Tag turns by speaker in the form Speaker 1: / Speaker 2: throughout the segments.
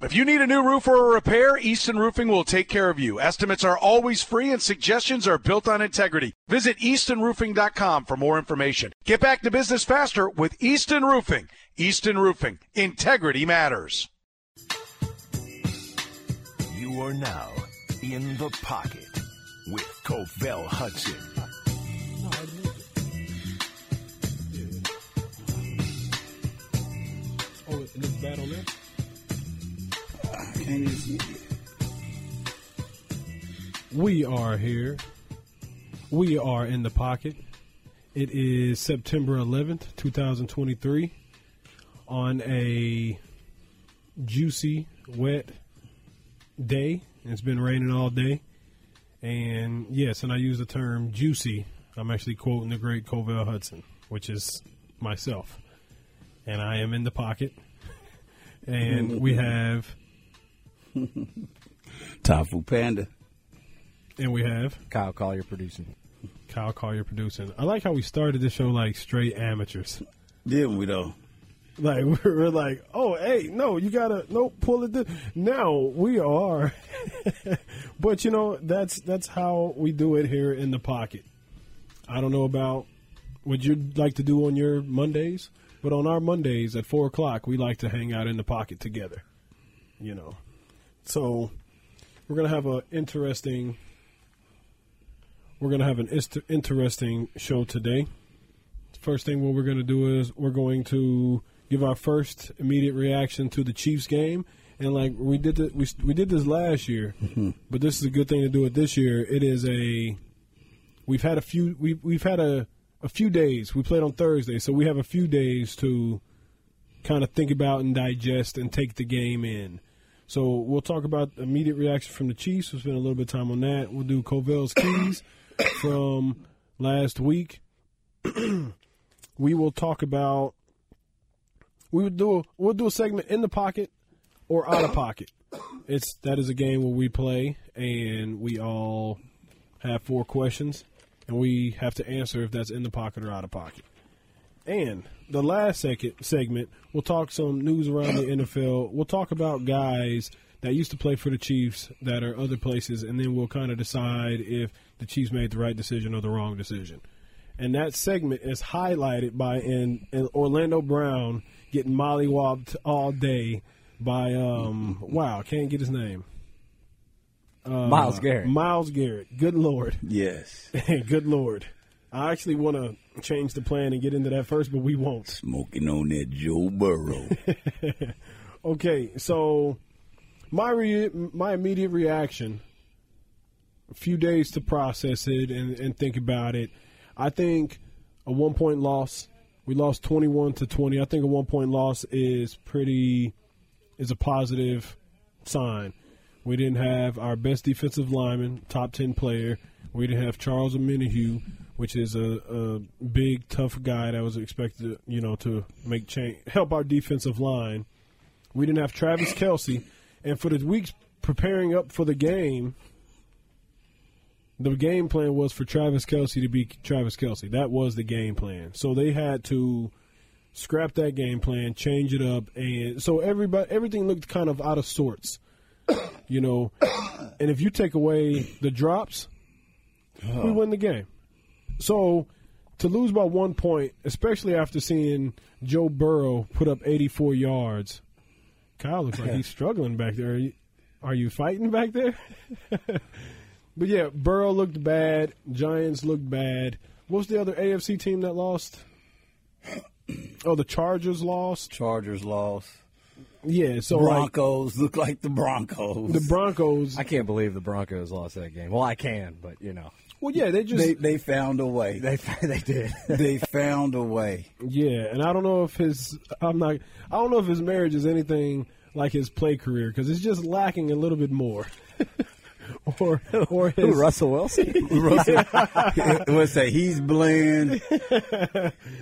Speaker 1: If you need a new roof or a repair, Easton Roofing will take care of you. Estimates are always free and suggestions are built on integrity. Visit eastonroofing.com for more information. Get back to business faster with Easton Roofing. Easton Roofing. Integrity matters.
Speaker 2: You are now in the pocket with Covell Hudson.
Speaker 3: Oh, it looks bad on there?
Speaker 4: I can't even see it.
Speaker 3: We are here. We are in the pocket. It is September 11th, 2023, on a juicy, wet day. It's been raining all day. And yes, and I use the term juicy. I'm actually quoting the great Covell Hudson, which is myself. And I am in the pocket. And we have,
Speaker 4: Tafu Panda.
Speaker 3: and we have
Speaker 5: Kyle Collier producing.
Speaker 3: Kyle Collier producing. I like how we started this show like straight amateurs.
Speaker 4: Didn't we though?
Speaker 3: Like we're, we're like, oh hey, no, you gotta no pull it. This. Now we are, but you know that's that's how we do it here in the pocket. I don't know about what you'd like to do on your Mondays, but on our Mondays at four o'clock, we like to hang out in the pocket together. You know, so we're gonna have a interesting. We're gonna have an ist- interesting show today first thing what we're going to do is we're going to give our first immediate reaction to the Chiefs game. And like we did, the, we we did this last year, but this is a good thing to do it this year. It is a we've had a few we we've had a a few days. We played on Thursday, so we have a few days to kind of think about and digest and take the game in. So we'll talk about immediate reaction from the Chiefs. We'll spend a little bit of time on that. We'll do Covell's keys from last week we will talk about we would do a, we'll do a segment in the pocket or out of pocket. It's that is a game where we play and we all have four questions and we have to answer if that's in the pocket or out of pocket. And the last second segment, we'll talk some news around the NFL. We'll talk about guys that used to play for the Chiefs that are other places, and then we'll kind of decide if the Chiefs made the right decision or the wrong decision. And that segment is highlighted by an, an Orlando Brown getting mollywopped all day by um wow, can't get his name.
Speaker 5: Uh, Miles Garrett.
Speaker 3: Miles Garrett. Good lord.
Speaker 4: Yes.
Speaker 3: Good lord. I actually want to change the plan and get into that first, but we won't.
Speaker 4: Smoking on that Joe Burrow.
Speaker 3: Okay, so my re- my immediate reaction, a few days to process it and, and think about it. I think a one point loss. We lost twenty one to twenty. I think a one point loss is pretty is a positive sign. We didn't have our best defensive lineman, top ten player. We didn't have Charles Aminahue, which is a, a big tough guy that was expected, to, you know, to make change, help our defensive line. We didn't have Travis Kelsey, and for the weeks preparing up for the game, the game plan was for Travis Kelsey to be Travis Kelsey. That was the game plan. So they had to scrap that game plan, change it up, and so everybody everything looked kind of out of sorts, you know. And if you take away the drops, we win the game. So to lose by one point, especially after seeing Joe Burrow put up 84 yards, Kyle looks like he's struggling back there. Are you, are you fighting back there? but yeah, Burrow looked bad. Giants looked bad. What's the other AFC team that lost? Oh, the Chargers lost.
Speaker 5: Chargers lost.
Speaker 3: Yeah, so like
Speaker 4: Broncos look like the Broncos.
Speaker 3: the Broncos.
Speaker 5: I can't believe the Broncos lost that game. Well, I can, but you know
Speaker 3: Well, yeah, they just
Speaker 4: they they found a way.
Speaker 5: they they did.
Speaker 4: they found a way.
Speaker 3: Yeah, and I don't know if his I'm not I don't know if his marriage is anything like his play career because it's just lacking a little bit more. or or his
Speaker 5: Who, Russell Wilson?
Speaker 4: Russell, let's say he's bland.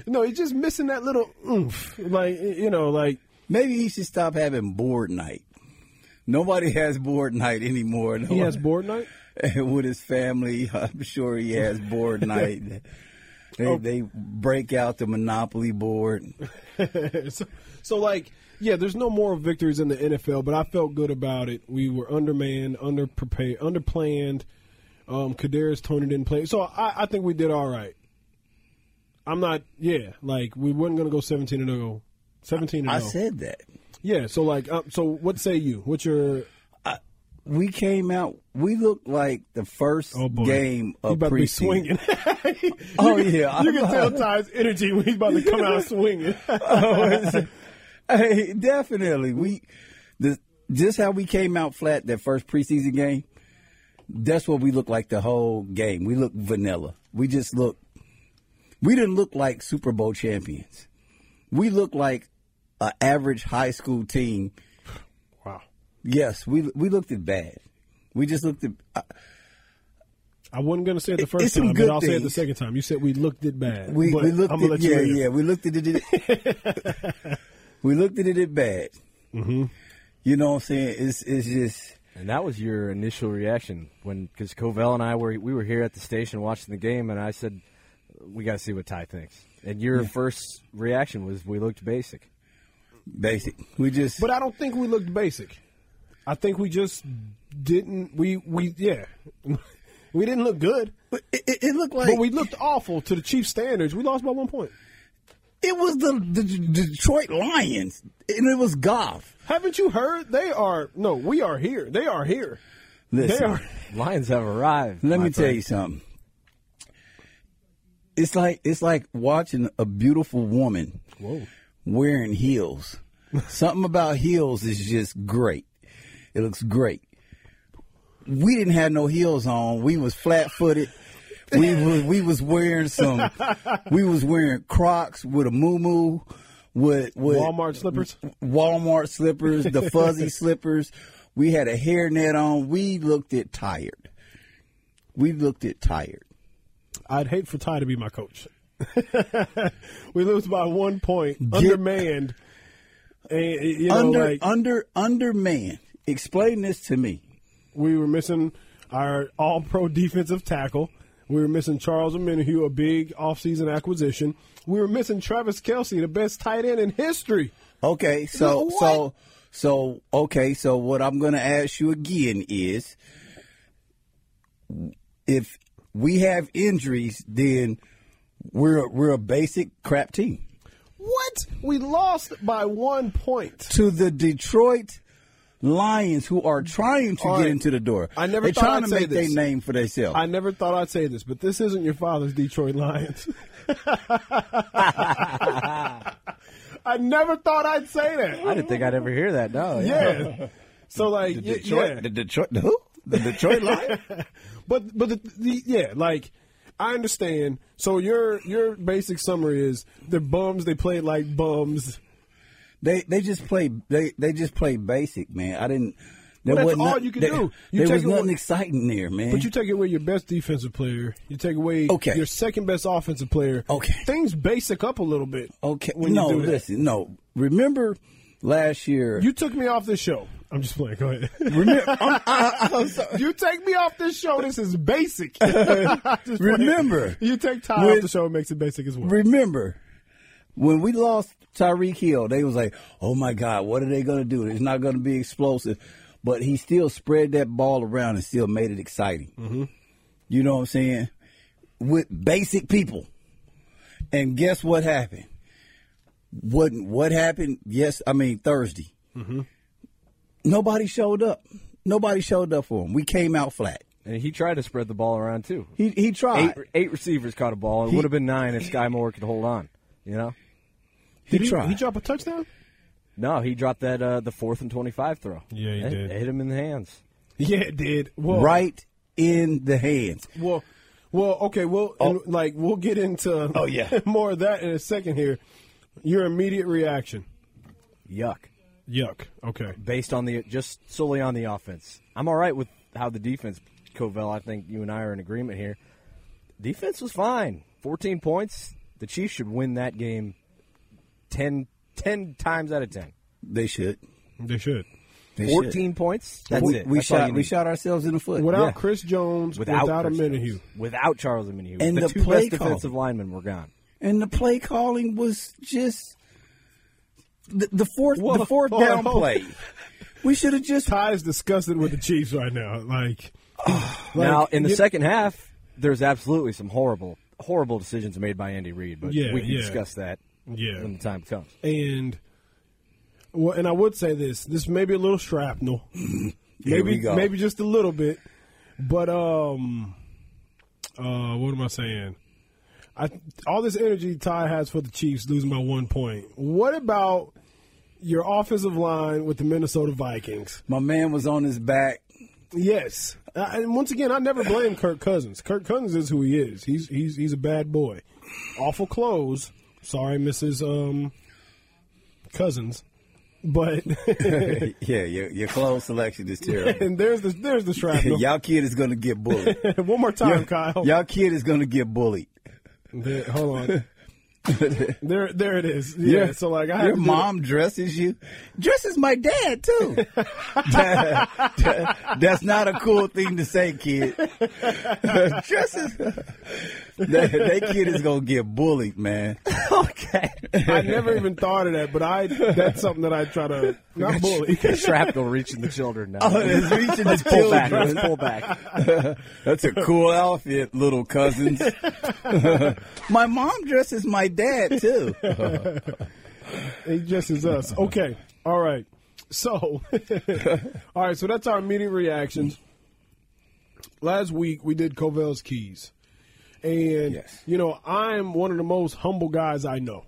Speaker 3: no, he's just missing that little oomph. Like y- you know, like
Speaker 4: Maybe he should stop having board night. Nobody has board night anymore. No
Speaker 3: he
Speaker 4: one-
Speaker 3: has board night.
Speaker 4: with his family. I'm sure he has board night.
Speaker 3: Oh.
Speaker 4: They, they break out the Monopoly board.
Speaker 3: so, so like Yeah, there's no moral victories in the NFL, but I felt good about it. We were undermanned, underprepared, underplanned. Um, Kadarius Tony didn't play, so I, I think we did all right. I'm not, yeah, like we weren't gonna go 17 and 0, 17 and
Speaker 4: I
Speaker 3: 0.
Speaker 4: said that.
Speaker 3: yeah, so like, uh, so what say you? What's your?
Speaker 4: We came out. We looked like the first
Speaker 3: Oh boy,
Speaker 4: game
Speaker 3: you
Speaker 4: of
Speaker 3: about to be
Speaker 4: preseason.
Speaker 3: swinging.
Speaker 4: Oh yeah,
Speaker 3: you can tell Ty's energy when he's about to come out swinging.
Speaker 4: hey, definitely. We this, just how we came out flat that first preseason game. That's what we looked like the whole game. We looked vanilla. We just looked. We didn't look like Super Bowl champions. We looked like an average high school team.
Speaker 3: wow,
Speaker 4: Yes, we we looked at bad. We just looked at. Uh,
Speaker 3: I wasn't gonna say it the
Speaker 4: It's
Speaker 3: first
Speaker 4: some
Speaker 3: time,
Speaker 4: good
Speaker 3: but I'll say it the
Speaker 4: things.
Speaker 3: second time. You said we looked it bad.
Speaker 4: we,
Speaker 3: but
Speaker 4: we looked
Speaker 3: I'm
Speaker 4: at
Speaker 3: gonna let you
Speaker 4: yeah
Speaker 3: live.
Speaker 4: yeah we looked at it, we looked at it bad.
Speaker 3: Mm-hmm.
Speaker 4: You know what I'm saying? It's it's just
Speaker 5: And that was your initial reaction when, because Covell and I were we were here at the station watching the game, and I said, "We got to see what Ty thinks." And your first reaction was, "We looked basic."
Speaker 4: basic. We just
Speaker 3: But I don't think we looked basic. I think we just didn't. We we yeah, we didn't look good,
Speaker 4: But it, it, it looked like
Speaker 3: but we looked awful to the Chiefs standards. We lost by one point.
Speaker 4: it was the, the D- Detroit Lions, and it was Goff.
Speaker 3: Haven't you heard? They are no, we are here. They are here. They
Speaker 4: Listen,
Speaker 3: are.
Speaker 5: Lions have arrived.
Speaker 4: let
Speaker 5: my
Speaker 4: me tell
Speaker 5: friend.
Speaker 4: you something. It's like it's like watching a beautiful woman
Speaker 3: Whoa.
Speaker 4: wearing heels. something about heels is just great. It looks great. We didn't have no heels on. We was flat footed. We was, we was wearing some. We was wearing Crocs with a moo moo, with with
Speaker 3: Walmart slippers.
Speaker 4: Walmart slippers, the fuzzy slippers. We had a hairnet on. We looked it tired. We looked it tired.
Speaker 3: I'd hate for Ty to be my coach. we lose by one point, undermanned, and you know,
Speaker 4: under
Speaker 3: like
Speaker 4: under under man. Explain this to me.
Speaker 3: we were missing our all pro defensive tackle. We were missing Charles Minihue, a big offseason acquisition. We were missing Travis Kelsey, the best tight end in history.
Speaker 4: Okay, so
Speaker 3: Wh- what?
Speaker 4: so so okay, so what I'm going to ask you again is if we have injuries, then we're we're a basic crap team.
Speaker 3: What? We lost by one point.
Speaker 4: to the Detroit Lions, who are trying to
Speaker 3: All
Speaker 4: get
Speaker 3: right.
Speaker 4: into the door.
Speaker 3: I never
Speaker 4: They're
Speaker 3: thought
Speaker 4: trying
Speaker 3: I'd
Speaker 4: to
Speaker 3: say
Speaker 4: make their
Speaker 3: this.
Speaker 4: name for themselves.
Speaker 3: I never thought I'd say this, but this isn't your father's Detroit Lions. I never thought I'd say
Speaker 5: I
Speaker 3: that.
Speaker 5: didn't think I'd ever hear that. No,
Speaker 3: Yeah. So like, y-
Speaker 4: Detroit,
Speaker 3: yeah.
Speaker 4: the Detroit, the who? The Detroit Lions.
Speaker 3: But but the, the yeah, like I understand. So your your basic summary is they're bums. They played like bums.
Speaker 4: they they just play they they just play basic, man. I didn't. There
Speaker 3: that's
Speaker 4: wasn't
Speaker 3: all
Speaker 4: noth-
Speaker 3: you can
Speaker 4: there,
Speaker 3: do. You
Speaker 4: there
Speaker 3: take
Speaker 4: was
Speaker 3: it
Speaker 4: nothing
Speaker 3: with-
Speaker 4: exciting there, man.
Speaker 3: But you take away your best defensive player. You take away
Speaker 4: Okay.
Speaker 3: your second best offensive player.
Speaker 4: Okay.
Speaker 3: things basic up a little bit.
Speaker 4: okay?
Speaker 3: when you
Speaker 4: no,
Speaker 3: do that.
Speaker 4: listen, no. Remember last year?
Speaker 3: You took me off this show. I'm just playing. Go ahead.
Speaker 4: remember, I'm- I- I- I'm sorry.
Speaker 3: You take me off this show. This is basic. Just
Speaker 4: Remember.
Speaker 3: like- you take Ty
Speaker 4: When-
Speaker 3: off the show. It makes it basic as well.
Speaker 4: remember when we lost Tyreek Hill, they was like, "Oh my God, what are they going to do? It's not going to be explosive." But he still spread that ball around and still made it exciting. Mm-hmm. You know what I'm saying? With basic people, and guess what happened? What what happened? Yes, I mean Thursday. Nobody showed up. Nobody showed up for him. We came out flat.
Speaker 5: and he tried to spread the ball around too.
Speaker 4: He he tried.
Speaker 5: Eight, eight receivers caught a ball. It would have been nine if Sky Moore could hold on. You know,
Speaker 4: he,
Speaker 3: Did
Speaker 4: tried.
Speaker 3: He drop a touchdown.
Speaker 5: no, he dropped that uh, the fourth and twenty-five throw.
Speaker 3: Yeah, he
Speaker 5: It-
Speaker 3: did.
Speaker 5: it Hit him in the hands.
Speaker 3: Yeah, it did. Well,
Speaker 4: right in the hands.
Speaker 3: Well, well, okay. Well, and, like we'll get into
Speaker 4: Oh, yeah.
Speaker 3: more of that in a second here. Your immediate reaction.
Speaker 5: Yuck.
Speaker 3: Yuck. Okay.
Speaker 5: based on the just solely on the offense. I'm all right with how the defense, Covell. I think you and I are in agreement here. Defense was fine. 14 points. The Chiefs should win that game 10, 10 times out of 10.
Speaker 4: They should.
Speaker 3: They should.
Speaker 4: They should.
Speaker 5: 14 points. That's
Speaker 4: we,
Speaker 5: it.
Speaker 4: we
Speaker 5: That's all
Speaker 4: shot
Speaker 5: you
Speaker 4: we
Speaker 5: need.
Speaker 4: shot ourselves in the foot.
Speaker 3: Without
Speaker 5: Yeah.
Speaker 3: Chris Jones, without, a
Speaker 5: Chris
Speaker 3: Minihue.
Speaker 5: Jones, without Charles Minihue,
Speaker 4: And
Speaker 5: the,
Speaker 4: the
Speaker 5: two
Speaker 4: play
Speaker 5: best
Speaker 4: call.
Speaker 5: defensive linemen were gone.
Speaker 4: and the play calling was just the, the fourth
Speaker 3: Whoa,
Speaker 4: the fourth
Speaker 3: hold on,
Speaker 4: down
Speaker 3: hold on.
Speaker 4: play. We should have just
Speaker 3: Ty is disgusted with the Chiefs right now. Like, like,
Speaker 5: now in the
Speaker 3: you-
Speaker 5: second half, there's absolutely some horrible, horrible decisions made by Andy Reid, but
Speaker 3: Yeah,
Speaker 5: we can
Speaker 3: yeah.
Speaker 5: discuss that
Speaker 3: yeah,
Speaker 5: when the time comes.
Speaker 3: and well, and I would say this: this may be a little shrapnel,
Speaker 4: Here
Speaker 3: maybe
Speaker 4: we go.
Speaker 3: maybe just a little bit, but um, uh, what am I saying? I all this energy Ty has for the Chiefs losing by one point. What about your offensive line with the Minnesota Vikings?
Speaker 4: my man was on his back.
Speaker 3: Yes, uh, and once again, I never blame Kirk Cousins. Kirk Cousins is who he is. He's he's he's a bad boy. Awful clothes. Sorry, Mrs. Um, Cousins, but
Speaker 4: yeah, your, your clothes selection is terrible.
Speaker 3: and there's the there's the shrapnel.
Speaker 4: y'all kid is gonna get bullied.
Speaker 3: One more time, Kyle.
Speaker 4: Y'all kid is gonna get bullied.
Speaker 3: There- hold on. there there it is. Yeah.
Speaker 4: Your-
Speaker 3: so like I had
Speaker 4: your
Speaker 3: to do
Speaker 4: mom dresses you, dresses my dad too. That- that- that's not a cool thing to say, kid. dresses. that, that kid is gonna get bullied, man.
Speaker 5: okay.
Speaker 3: it. I never even thought of that, but I that's something that I try to not bully.
Speaker 5: Shrapnel reaching the children now.
Speaker 4: Oh, it's reaching
Speaker 5: Let's
Speaker 4: the
Speaker 5: pull back.
Speaker 4: children.
Speaker 5: Let's pull back.
Speaker 4: That's a cool outfit, little cousins. my mom dresses my dad too.
Speaker 3: He just is us. Okay. All right. So, all right. So that's our immediate reactions. Last week we did Covell's keys, and
Speaker 4: Yes.
Speaker 3: you know I'm one of the most humble guys I know.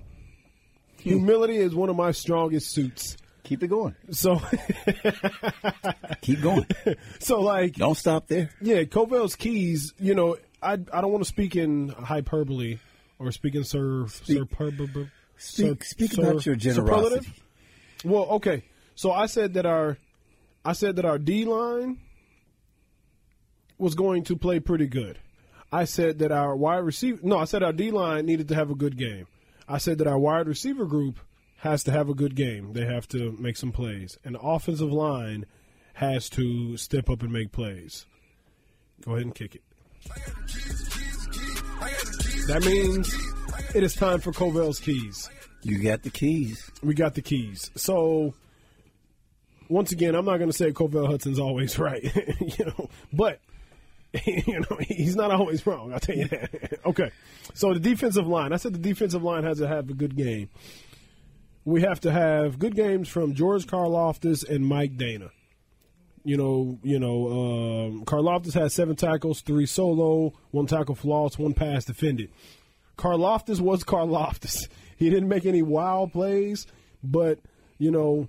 Speaker 3: Humility is one of my strongest suits.
Speaker 4: Keep it going.
Speaker 3: So,
Speaker 4: Keep going.
Speaker 3: so like
Speaker 4: Don't stop there.
Speaker 3: Yeah, Covell's keys. You know, I I don't want to speak in hyperbole or speak in sur superb-
Speaker 4: Speak- speak about your generosity.
Speaker 3: superlative? Well, okay. So I said that our I said that our D line was going to play pretty good. I said that our wide receiver no, I said our D line needed to have a good game. I said that our wide receiver group has to have a good game. They have to make some plays. And the offensive line has to step up and make plays. Go ahead and kick it. That means it is time for Covell's keys.
Speaker 4: You got the keys.
Speaker 3: We got the keys. So once again, I'm not going to say Covell Hudson's always right, you know, but you know he's not always wrong. I'll tell you that. okay, so the defensive line. I said the defensive line has to have a good game. We have to have good games from George Karloftis and Mike Dana. You know, you know, um, Karloftis had seven tackles, three solo, one tackle for loss, one pass defended. Karloftis was Karloftis. He didn't make any wild plays, but you know,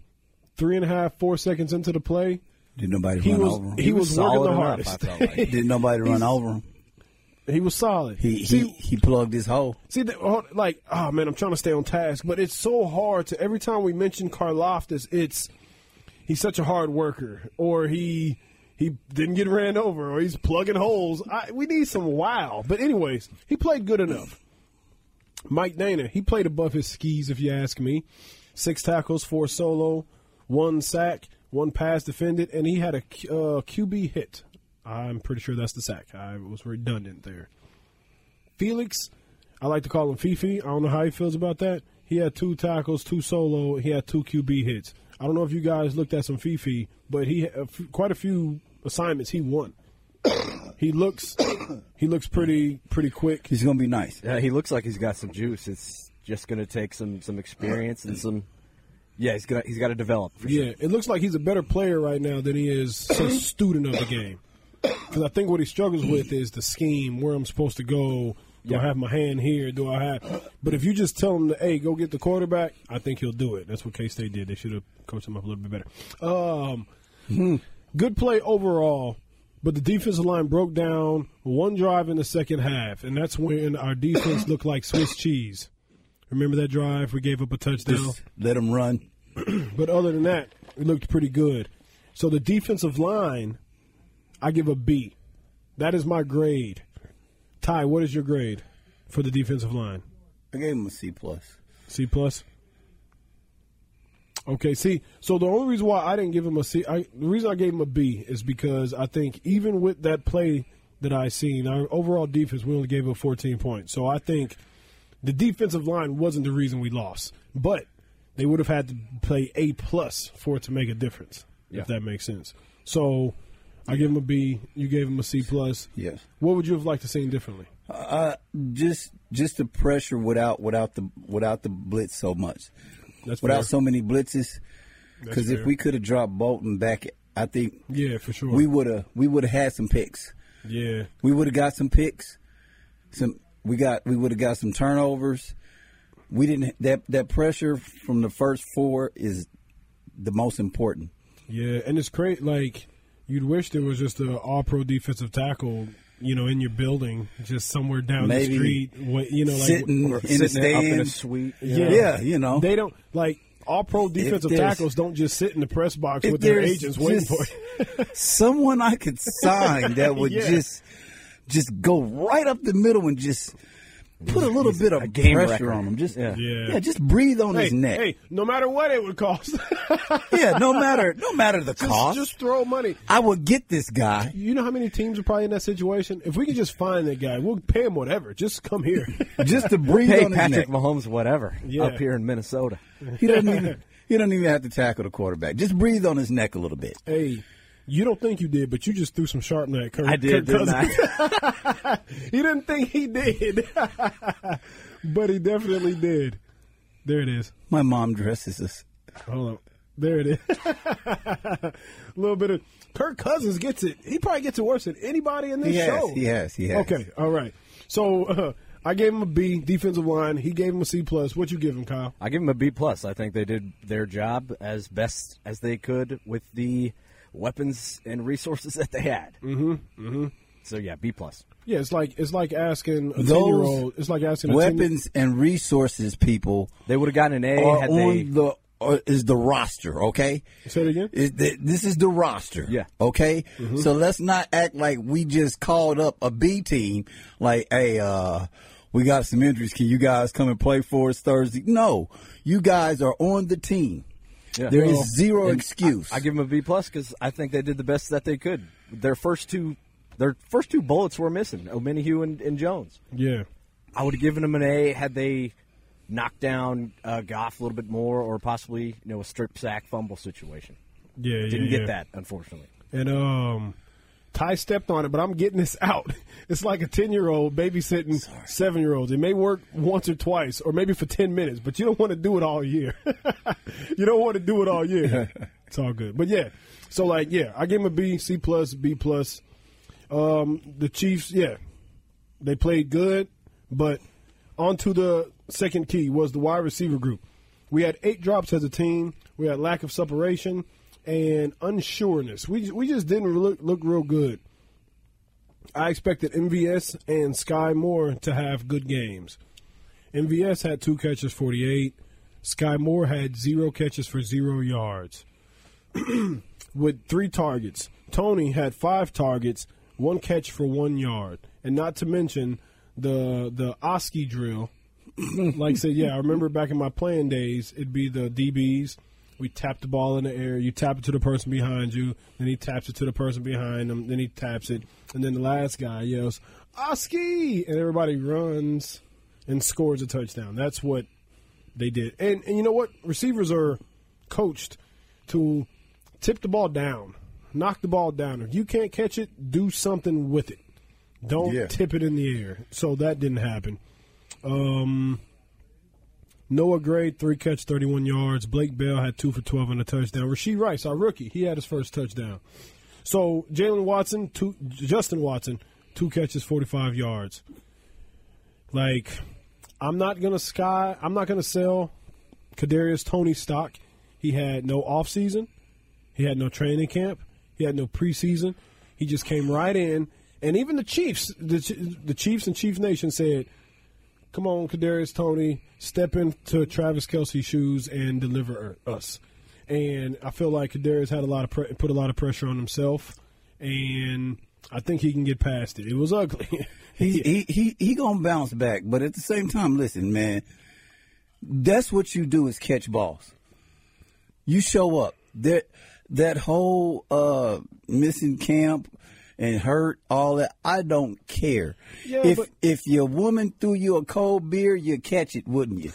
Speaker 3: three and a half, four seconds into the play,
Speaker 4: Did nobody
Speaker 3: he
Speaker 4: run
Speaker 3: was
Speaker 4: over him?
Speaker 3: he, was, working
Speaker 5: solid
Speaker 3: the
Speaker 5: enough, I
Speaker 3: hardest.
Speaker 5: felt like.
Speaker 4: Did nobody run over him?
Speaker 3: he was solid.
Speaker 4: He he,
Speaker 3: see,
Speaker 4: he plugged his hole.
Speaker 3: see, the, oh, like, oh man, I'm trying to stay on task, but it's so hard to every time we mention Karloftis, it's he's such a hard worker, or he he didn't get ran over, or he's plugging holes. I, we need some wow. But anyways, he played good enough. Mike Dana, he played above his skis, if you ask me. Six tackles, four solo, one sack, one pass defended, and he had a Q- uh, QB hit. I'm pretty sure that's the sack. I was redundant there. Felix, I like to call him Fifi. I don't know how he feels about that. He had two tackles, two solo. He had two QB hits. I don't know if you guys looked at some Fifi, but he had a f- quite a few assignments he won. he looks he looks pretty pretty quick.
Speaker 4: He's gonna be nice.
Speaker 5: Yeah, he looks like he's got some juice. It's just going to take some some experience and some. Yeah, he's gonna he's got to develop. For sure.
Speaker 3: Yeah, it looks like he's a better player right now than he is a student of the game. Because I think what he struggles with is the scheme, where I'm supposed to go. Do I have my hand here? Do I have? But if you just tell him, to, "Hey, go get the quarterback," I think he'll do it. That's what K State did. They should have coached him up a little bit better. Um,
Speaker 5: Hmm.
Speaker 3: good play overall, but the defensive line broke down one drive in the second half, and that's when our defense looked like Swiss cheese. Remember that drive? We gave up a touchdown.
Speaker 4: Just let him run.
Speaker 3: But other than that, it looked pretty good. So the defensive line, I give a B. That is my grade. Ty, what is your grade for the defensive line?
Speaker 4: I gave him a C plus.
Speaker 3: C plus. Okay, see, so the only reason why I didn't give him a C, I, the reason I gave him a B is because I think even with that play that I seen, our overall defense we only gave up 14 points. So I think the defensive line wasn't the reason we lost, but they would have had to play A plus for it to make a difference.
Speaker 5: Yeah.
Speaker 3: If that makes sense. So I give him a B. You gave him a C plus.
Speaker 4: Yes.
Speaker 3: What would you have liked to seen differently?
Speaker 4: Uh, just just the pressure without without the without the blitz so much,
Speaker 3: That's
Speaker 4: without
Speaker 3: fair.
Speaker 4: so many blitzes. Because if
Speaker 3: fair.
Speaker 4: we could have dropped Bolton back, I think
Speaker 3: Yeah, for sure.
Speaker 4: we would have we would have had some picks.
Speaker 3: yeah.
Speaker 4: We would have got some picks. Some we got we would have got some turnovers. We didn't that that pressure from the first four is the most important.
Speaker 3: Yeah, and it's great. Like you'd wish there was just a all-pro defensive tackle, you know, in your building, just somewhere down the
Speaker 4: Maybe
Speaker 3: street. What you know, like
Speaker 4: sitting in the
Speaker 5: sitting up in a
Speaker 4: stands.
Speaker 5: suite.
Speaker 4: Yeah. you know.
Speaker 3: they don't like all-pro defensive
Speaker 4: there's-
Speaker 3: tackles don't just sit in the press box
Speaker 4: if
Speaker 3: with their
Speaker 4: there's
Speaker 3: agents waiting for.
Speaker 4: just-
Speaker 3: you.
Speaker 4: someone I could sign that would
Speaker 3: Yeah.
Speaker 4: just just go right up the middle and just put a little bit of
Speaker 5: game
Speaker 4: pressure
Speaker 5: wrecker.
Speaker 4: on him. Just
Speaker 5: Yeah.
Speaker 4: yeah,
Speaker 3: Yeah.
Speaker 4: just breathe on
Speaker 3: Hey,
Speaker 4: his neck.
Speaker 3: hey, no matter what it would cost,
Speaker 4: Yeah, no matter no matter the
Speaker 3: just,
Speaker 4: cost,
Speaker 3: just throw money.
Speaker 4: I would get this guy.
Speaker 3: You know how many teams are probably in that situation? If we could just find that guy, we'll pay him whatever. Just come here.
Speaker 4: Just to breathe
Speaker 5: Hey,
Speaker 4: on
Speaker 5: Patrick
Speaker 4: his neck.
Speaker 5: Mahomes, whatever,
Speaker 3: Yeah.
Speaker 5: up here in Minnesota.
Speaker 4: He doesn't even he doesn't even have to tackle the quarterback. Just breathe on his neck a little bit.
Speaker 3: hey, you don't think you did, but you just threw some sharpness at Kirk.
Speaker 5: I
Speaker 3: Kirk
Speaker 5: did, didn't
Speaker 3: Cousins.
Speaker 5: I?
Speaker 3: He didn't think he did, but he definitely did. There it is.
Speaker 4: My mom dresses us.
Speaker 3: Hold on. There it is. A little bit of Kirk Cousins gets it. He probably gets it worse than anybody in this
Speaker 4: He has,
Speaker 3: show.
Speaker 4: he has, he has.
Speaker 3: Okay, all right. So uh, I gave him a B defensive line. He gave him a C plus. What you give him, Kyle?
Speaker 5: I give them a B plus. I think they did their job as best as they could with the weapons and resources that they had. Mm-hmm. Mm-hmm. So yeah, B plus.
Speaker 3: Yeah, it's like it's like asking a
Speaker 4: Those
Speaker 3: ten year old. It's like asking a 10
Speaker 4: Weapons and resources people
Speaker 5: They would have gotten an A
Speaker 4: are
Speaker 5: had
Speaker 4: Uh, on
Speaker 5: they.
Speaker 4: the are, is the roster, okay?
Speaker 3: Say it again.
Speaker 4: Is th- this is the roster.
Speaker 5: Yeah. Mm-hmm.
Speaker 4: Okay. So let's not act like we just called up a B team. Like, hey, uh, we got some injuries. Can you guys come and play for us Thursday? No, you guys are on the team.
Speaker 5: Yeah.
Speaker 4: There is
Speaker 5: Well,
Speaker 4: zero excuse.
Speaker 5: I give them a B plus because I think they did the best that they could. Their first two, their first two bullets were missing. O'Minihue and, and Jones.
Speaker 3: Yeah.
Speaker 5: I would have given them an A had they knocked down uh, Goff a little bit more, or possibly you know a strip sack fumble situation.
Speaker 3: Yeah, yeah,
Speaker 5: Didn't
Speaker 3: yeah.
Speaker 5: get that, unfortunately.
Speaker 3: and um Ty stepped on it, but I'm getting this out. It's like a ten year old babysitting seven year olds. It may work once or twice, or maybe for ten minutes, but you don't want to do it all year. you don't want to do it all year. it's all good. But yeah. So like yeah, I gave him a B, C plus, B plus. Um the Chiefs, yeah. They played good, but onto the second key was the wide receiver group. We had eight drops as a team. We had lack of separation and unsureness. We we just didn't look look real good. I expected MVS and Sky Moore to have good games. MVS had two catches, forty eight. Sky Moore had zero catches for zero yards with three targets. Tony had five targets, one catch for one yard, and not to mention the the Oski drill. like I said, yeah, I remember back in my playing days, it'd be the DBs. We tap the ball in the air. You tap it to the person behind you. Then he taps it to the person behind him. Then he taps it, and then the last guy yells "Oski," and everybody runs and scores a touchdown. That's what they did. And and you know what? Receivers are coached to tip the ball down, knock the ball down. If you can't catch it, do something with it. Don't
Speaker 4: Yeah.
Speaker 3: tip it in the air. So that didn't happen. Um, Noah Gray, three catch, 31 yards. Blake Bell had two for 12 and a touchdown. Rasheed Rice, our rookie, he had his first touchdown. So Jalen Watson, two, Justin Watson, two catches, 45 yards. Like, I'm not gonna sky. I'm not gonna sell Kadarius Tony stock. He had no offseason. He had no training camp. He had no preseason. He just came right in. And even the Chiefs, the, Ch- the Chiefs and Chiefs Nation said, "Come on, Kadarius Tony, step into Travis Kelsey's shoes and deliver us." And I feel like Kadarius had a lot of pre- put a lot of pressure on himself, and I think he can get past it. It was ugly.
Speaker 4: He he he he gonna bounce back, but at the same time, listen, man, that's what you do is catch balls. You show up. That that whole uh missing camp and hurt, all that. I don't care.
Speaker 3: Yeah,
Speaker 4: if
Speaker 3: but-
Speaker 4: if your woman threw you a cold beer, you catch it, wouldn't you?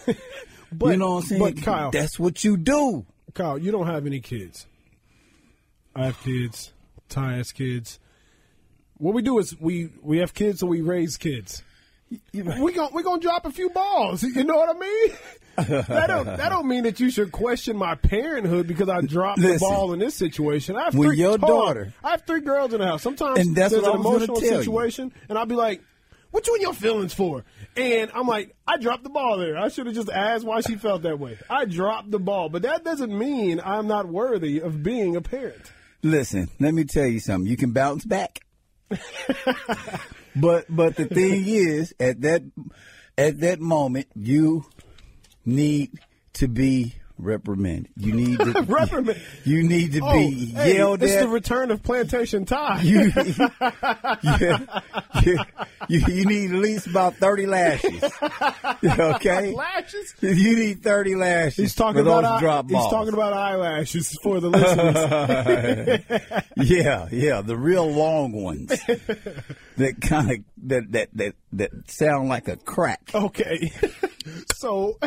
Speaker 3: But-
Speaker 4: you know what I'm saying?
Speaker 3: but Kyle-
Speaker 4: That's what you do.
Speaker 3: Kyle, you don't have any kids. I have kids. Ty has kids. What we do is we we have kids, so we raise kids. We gon' we gonna drop a few balls. You know what I mean? that don't that don't mean that you should question my parenthood because I dropped the
Speaker 4: Listen.
Speaker 3: ball in this situation. I have
Speaker 4: When
Speaker 3: three,
Speaker 4: your
Speaker 3: hold on.
Speaker 4: daughter-
Speaker 3: I have three girls in the house. Sometimes
Speaker 4: And that's
Speaker 3: there's
Speaker 4: what
Speaker 3: an
Speaker 4: I was gonna
Speaker 3: emotional
Speaker 4: tell you.
Speaker 3: situation, and I'll be like. What you in your feelings for? And I'm like, I dropped the ball there. I should have just asked why she felt that way. I dropped the ball, but that doesn't mean I'm not worthy of being a parent.
Speaker 4: Listen, let me tell you something. You can bounce back. but but the thing is, at that at that moment, you need to be reprimanded. You need to
Speaker 3: Reprimand.
Speaker 4: You need to be
Speaker 3: Oh, hey,
Speaker 4: yelled
Speaker 3: it's
Speaker 4: at.
Speaker 3: the return of plantation tie.
Speaker 4: you, you, you, you, you need at least about 30 lashes. Okay?
Speaker 3: Lashes.
Speaker 4: You need 30 lashes.
Speaker 3: He's talking
Speaker 4: for those
Speaker 3: about eye-
Speaker 4: drop
Speaker 3: he's
Speaker 4: balls.
Speaker 3: talking about eyelashes for the listeners.
Speaker 4: Yeah, yeah, the real long ones that kind of that that that that sound like a crack.
Speaker 3: okay, so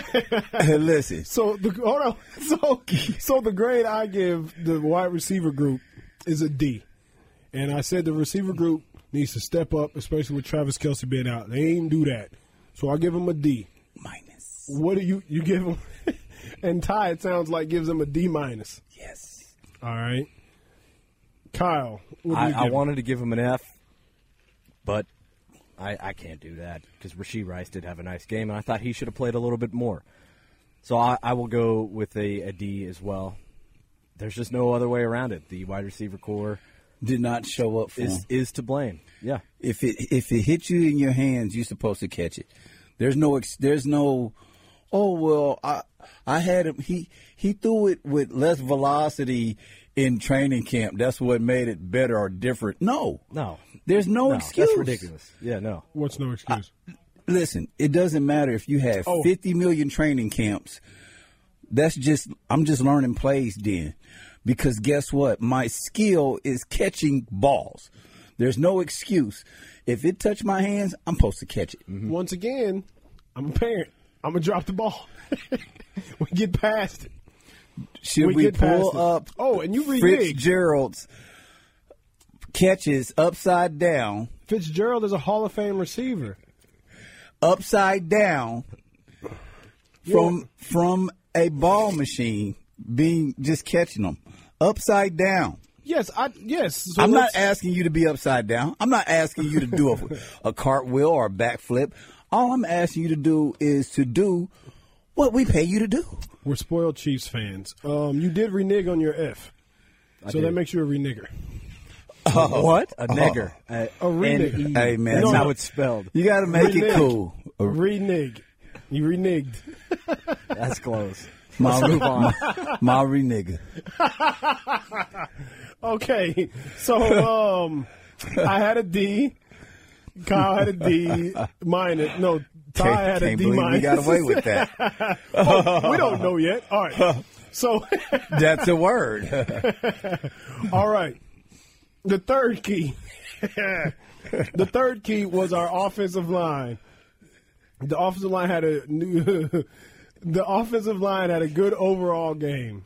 Speaker 4: Listen,
Speaker 3: so the hold on. So so the grade I give the wide receiver group is a D, and I said the receiver group needs to step up, especially with Travis Kelsey being out. They ain't do that, so I give him a D.
Speaker 4: minus
Speaker 3: What do you you give him? and Ty, it sounds like gives him a D minus.
Speaker 4: yes.
Speaker 3: All right, Kyle, what do
Speaker 5: I,
Speaker 3: you
Speaker 5: I
Speaker 3: give him?
Speaker 5: wanted to give him an F, but I, I can't do that because Rasheed Rice did have a nice game, and I thought he should have played a little bit more. So I, I will go with a, a D as well. There's just no other way around it. The wide receiver core
Speaker 4: Did not show up for
Speaker 5: is
Speaker 4: 'em.
Speaker 5: is to blame. Yeah,
Speaker 4: If it if it hit you in your hands, you're supposed to catch it. There's no ex, there's no. Oh well, I I had him. He he threw it with less velocity in training camp. That's what made it better or different. No,
Speaker 5: no,
Speaker 4: There's no,
Speaker 5: no
Speaker 4: excuse.
Speaker 5: That's ridiculous. Yeah, no.
Speaker 3: What's no excuse?
Speaker 4: Listen, it doesn't matter if you have
Speaker 3: Oh.
Speaker 4: 50 million training camps. That's just I'm just learning plays then. Because guess what? My skill is catching balls. There's no excuse. If it touched my hands, I'm supposed to catch it.
Speaker 3: Once again, I'm a parent. I'm gonna drop the ball. we get past it.
Speaker 4: Should
Speaker 3: We
Speaker 4: we,
Speaker 3: get past
Speaker 4: pull
Speaker 3: it.
Speaker 4: up
Speaker 3: Oh, and you re-rigged.
Speaker 4: Fitzgerald's catches upside down,
Speaker 3: Fitzgerald is a Hall of Fame receiver.
Speaker 4: upside down from from a ball machine being just catching them upside down.
Speaker 3: Yes, I yes. So
Speaker 4: I'm not
Speaker 3: let's-
Speaker 4: asking you to be upside down. I'm not asking you to do a, a cartwheel or a backflip. All I'm asking you to do is to do what we pay you to do.
Speaker 3: We're spoiled Chiefs fans. Um, you did renege on your F, so that
Speaker 5: did.
Speaker 3: makes you a renigger. Oh.
Speaker 5: What a nigger. A,
Speaker 3: A renegger.
Speaker 5: N-E.
Speaker 4: Hey, man.
Speaker 5: that's
Speaker 4: No.
Speaker 5: how it's spelled.
Speaker 4: You got to make
Speaker 3: Renege.
Speaker 4: it cool.
Speaker 3: Renege. You reneged.
Speaker 5: That's close.
Speaker 4: My,
Speaker 5: Let's move on.
Speaker 4: my re nigga.
Speaker 3: Okay, so um, I had a D. Kyle had a D minus. No, Ty had a
Speaker 4: Can't
Speaker 3: D
Speaker 4: believe
Speaker 3: minus.
Speaker 4: we got away with that.
Speaker 3: we don't know yet. All right. So,
Speaker 4: That's a word.
Speaker 3: all right. The third key. the third key was our offensive line. The offensive line had a new. the offensive line had a good overall game.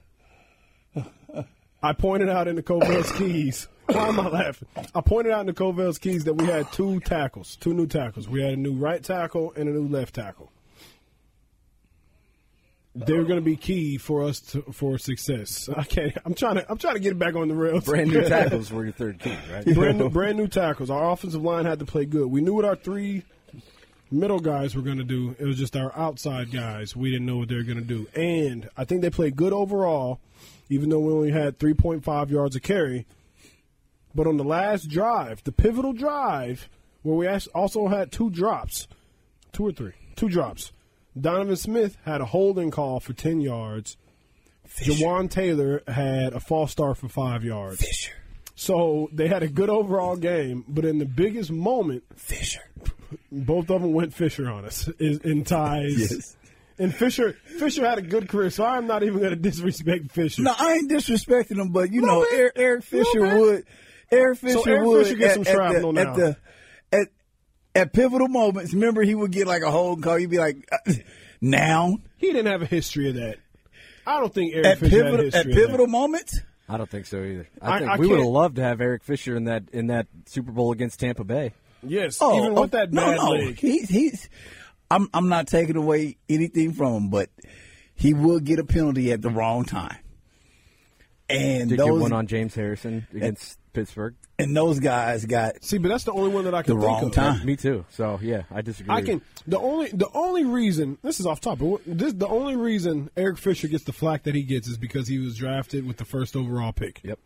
Speaker 3: I pointed out in the Covell's keys. Why am I laughing? I pointed out in the Covell's keys that we had two tackles, two new tackles. We had a new right tackle and a new left tackle. They were going to be key for us to, for success. I can't. I'm trying to. I'm trying to get it back on the rails.
Speaker 5: Brand new tackles were your third key, right?
Speaker 3: brand new, brand new tackles. Our offensive line had to play good. We knew what our three middle guys were going to do. It was just our outside guys. We didn't know what they were going to do. And I think they played good overall, even though we only had 3.5 yards a carry. But on the last drive, the pivotal drive, where we as- also had two drops, two or three, two drops. Donovan Smith had a holding call for 10 yards. Jawan Taylor had a false start for five yards.
Speaker 4: Fisher.
Speaker 3: So they had a good overall game, but in the biggest moment,
Speaker 4: Fisher.
Speaker 3: both of them went Fisher on us in, in ties.
Speaker 4: Yes.
Speaker 3: And Fisher, Fisher had a good career, so I'm not even going to disrespect Fisher.
Speaker 4: No, I ain't disrespecting him, but you know,
Speaker 3: bit.
Speaker 4: Eric, Eric
Speaker 3: Little
Speaker 4: Fisher
Speaker 3: bit.
Speaker 4: would. Eric Fisher
Speaker 3: Eric
Speaker 4: would.
Speaker 3: Fisher gets some shrapnel
Speaker 4: at
Speaker 3: now.
Speaker 4: the, at, at pivotal moments, remember he would get like a hold call. You'd be like, now
Speaker 3: He didn't have a history of that. I don't think Eric
Speaker 4: at
Speaker 3: Fisher had a
Speaker 4: pivotal at
Speaker 3: history of that.
Speaker 4: pivotal moments.
Speaker 5: I don't think so either.
Speaker 3: I-
Speaker 5: I think
Speaker 3: I
Speaker 5: we would have
Speaker 3: can't-
Speaker 5: loved to have Eric Fisher in that in that Super Bowl against Tampa Bay.
Speaker 3: Yes,
Speaker 4: Oh,
Speaker 3: even with that
Speaker 4: oh, no,
Speaker 3: bad
Speaker 4: no,
Speaker 3: leg.
Speaker 4: he's he's. I'm I'm not taking away anything from him, but he will get a penalty at the wrong time. And
Speaker 5: Did you
Speaker 4: those
Speaker 5: one on James Harrison against Pittsburgh?
Speaker 4: and those guys got
Speaker 3: See, but that's the only one that I
Speaker 4: the
Speaker 3: can think
Speaker 4: wrong
Speaker 3: of.
Speaker 4: time.
Speaker 5: Me too. So yeah, I disagree.
Speaker 3: I can the only the only reason this is off topic. This the only reason Eric Fisher gets the flack that he gets is because he was drafted with the first overall pick.
Speaker 5: Yep.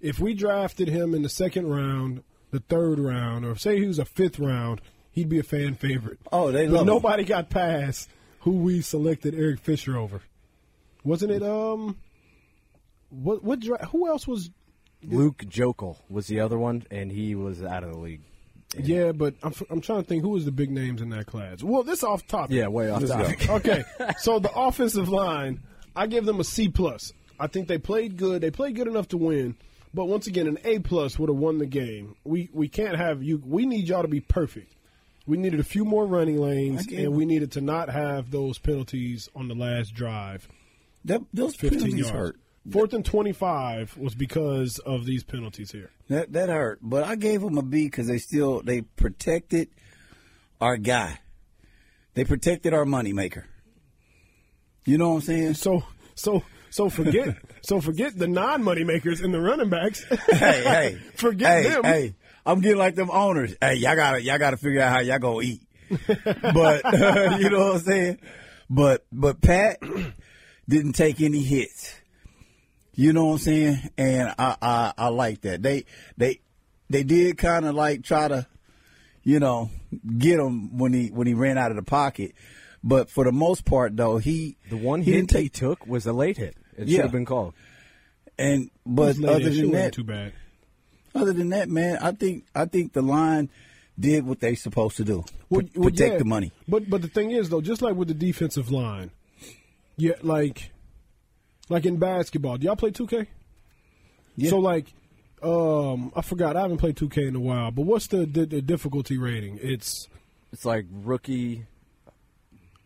Speaker 3: If we drafted him in the second round, the third round, or say he was a fifth round, he'd be a fan favorite.
Speaker 4: Oh, they
Speaker 3: but
Speaker 4: love him.
Speaker 3: nobody got past who we selected Eric Fisher over. Wasn't it um? What what dra- who else was
Speaker 5: Luke Jokel was the other one, and he was out of the league.
Speaker 3: Yeah, but I'm, I'm trying to think who was the big names in that class. Well, this off topic.
Speaker 5: Yeah, way off
Speaker 3: Let's
Speaker 5: topic.
Speaker 3: go. okay, so the offensive line, I give them a C plus. I think they played good. They played good enough to win, but once again, an A plus would have won the game. We we can't have you. We need y'all to be perfect. We needed a few more running lanes,
Speaker 4: Okay.
Speaker 3: and we needed to not have those penalties on the last drive.
Speaker 4: That, those
Speaker 3: 15
Speaker 4: penalties
Speaker 3: yards.
Speaker 4: hurt.
Speaker 3: Fourth and 25 was because of these penalties here.
Speaker 4: That that hurt. But I gave them a B because they still they protected our guy. They protected our moneymaker. You know what I'm saying?
Speaker 3: So so so forget so forget the non money makers and the running backs.
Speaker 4: hey, hey,
Speaker 3: Forget
Speaker 4: hey,
Speaker 3: them.
Speaker 4: Hey, I'm getting like them owners. Hey, y'all gotta y'all gotta figure out how y'all gonna eat. But you know what I'm saying. But but Pat didn't take any hits. You know what I'm saying. And I I, I like that. They they they did kind of like try to you know get him when he when he ran out of the pocket. But for the most part, though, he
Speaker 5: The one
Speaker 4: he
Speaker 5: hit
Speaker 4: didn't
Speaker 5: he
Speaker 4: take
Speaker 5: took was a late hit. It
Speaker 4: Yeah.
Speaker 5: should have been called.
Speaker 4: and but
Speaker 3: Lady,
Speaker 4: other
Speaker 3: she
Speaker 4: than
Speaker 3: wasn't
Speaker 4: that,
Speaker 3: too bad.
Speaker 4: Other than that, man, I think I think the line did what they supposed to do. P- protect
Speaker 3: yeah,
Speaker 4: the money.
Speaker 3: But but the thing is though, just like with the defensive line, yeah, like like in basketball, do y'all play two K?
Speaker 4: Yeah.
Speaker 3: So like, um, I forgot I haven't played two K in a while. But what's the, the the difficulty rating? It's
Speaker 5: It's like rookie.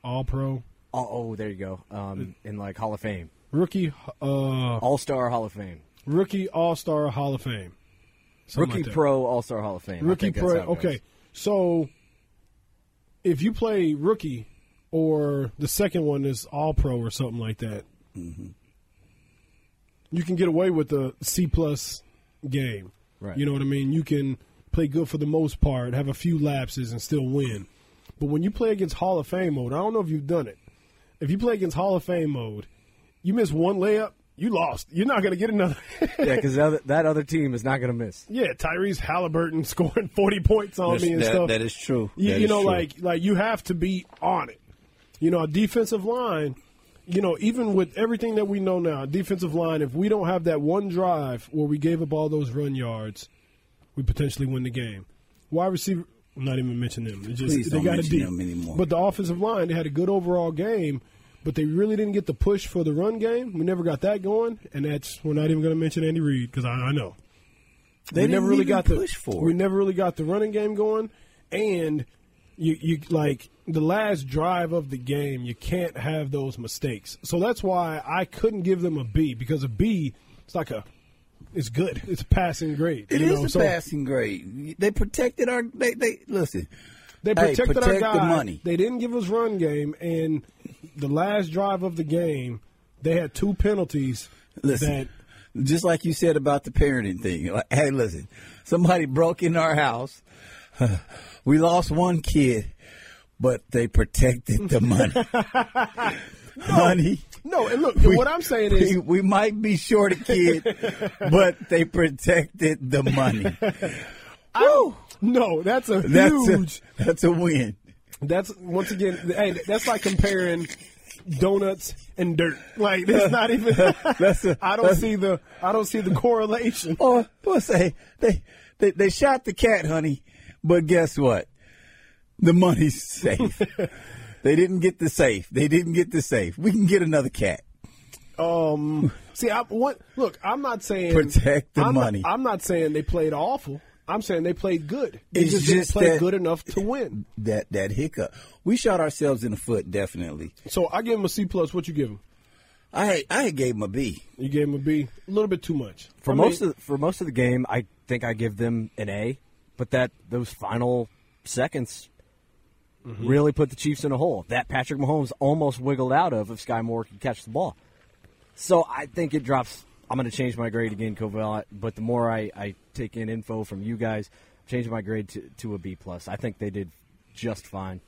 Speaker 3: all pro,
Speaker 5: Oh, oh there you go. Um, in like Hall of Fame,
Speaker 3: rookie, uh,
Speaker 5: All Star Hall of Fame,
Speaker 3: rookie All Star Hall of Fame, Something
Speaker 5: rookie
Speaker 3: like that.
Speaker 5: pro All Star Hall of Fame. I
Speaker 3: Rookie
Speaker 5: think that's
Speaker 3: pro.
Speaker 5: how it goes.
Speaker 3: Okay, so if you play rookie or the second one is all pro or something like that,
Speaker 5: Mm-hmm.
Speaker 3: you can get away with a C plus game.
Speaker 5: Right.
Speaker 3: You know what I mean? You can play good for the most part, have a few lapses, and still win. But when you play against Hall of Fame mode, I don't know if you've done it. If you play against Hall of Fame mode, you miss one layup, you lost. You're not going to get another.
Speaker 5: yeah, because that other team is not going to miss.
Speaker 3: Yeah, Tyrese Halliburton scoring forty points on me and
Speaker 4: That-
Speaker 3: stuff.
Speaker 4: that is true.
Speaker 3: You,
Speaker 4: That
Speaker 3: you
Speaker 4: is
Speaker 3: know,
Speaker 4: true.
Speaker 3: like like you have to be on it. You know, a defensive line. You know, even with everything that we know now, defensive line. If we don't have that one drive where we gave up all those run yards, we potentially win the game. Wide receiver. I'm not even mentioning them. It just,
Speaker 4: Please
Speaker 3: they
Speaker 4: don't
Speaker 3: got
Speaker 4: mention
Speaker 3: a deep.
Speaker 4: them anymore.
Speaker 3: But the offensive line, they had a good overall game, but they really didn't get the push for the run game. We never got that going, and that's we're not even going to mention Andy Reid because I, I know
Speaker 4: They
Speaker 3: we
Speaker 4: didn't
Speaker 3: never really
Speaker 4: even
Speaker 3: got
Speaker 4: push
Speaker 3: the,
Speaker 4: for
Speaker 3: We
Speaker 4: it.
Speaker 3: never really got the running game going, and you you like the last drive of the game. You can't have those mistakes. So that's why I couldn't give them a B because a B it's like a it's good. It's a passing grade.
Speaker 4: It
Speaker 3: you
Speaker 4: is
Speaker 3: know?
Speaker 4: a
Speaker 3: so
Speaker 4: passing grade. They protected our. They they listen.
Speaker 3: They
Speaker 4: Hey,
Speaker 3: protected our
Speaker 4: protect
Speaker 3: guy.
Speaker 4: the money.
Speaker 3: They didn't give us run game, and the last drive of the game, they had two penalties.
Speaker 4: Listen, just like you said about the parenting thing. Like, hey, listen, somebody broke in our house. we lost one kid, but they protected the money. Honey.
Speaker 3: That, no, and look,
Speaker 4: We-
Speaker 3: what I'm saying is
Speaker 4: we, we might be short a kid, but they protected the money. Woo!
Speaker 3: no. That's a
Speaker 4: That's
Speaker 3: huge.
Speaker 4: a, that's a win.
Speaker 3: That's once again, hey, that's like comparing donuts and dirt. Like it's not even.
Speaker 4: That's a-
Speaker 3: I don't
Speaker 4: that's-
Speaker 3: see the. I don't see the correlation.
Speaker 4: Or or say they, they they shot the cat, honey, but guess what? The money's safe. they didn't get the safe. They didn't get the safe. We can get another cat.
Speaker 3: Um, see, I what? Look, I'm not saying
Speaker 4: Protect the
Speaker 3: I'm not-
Speaker 4: money.
Speaker 3: I'm not saying they played awful. I'm saying they played good. They
Speaker 4: It's
Speaker 3: just, didn't
Speaker 4: just
Speaker 3: play
Speaker 4: that-
Speaker 3: good enough to win.
Speaker 4: That that hiccup. We shot ourselves in the foot, definitely.
Speaker 3: So I give him a C plus. What you give him?
Speaker 4: I I gave him a B.
Speaker 3: You gave him a B. A little bit too much.
Speaker 5: For
Speaker 3: I mean,
Speaker 5: most of the, for most of the game, I think I give them an A, but that those final seconds
Speaker 3: Mm-hmm.
Speaker 5: really put the Chiefs in a hole that Patrick Mahomes almost wiggled out of if Sky Moore could catch the ball. So I think it drops. I'm going to change my grade again, Covell. But the more I, I take in info from you guys, change my grade to, to a B plus. I think they did just fine,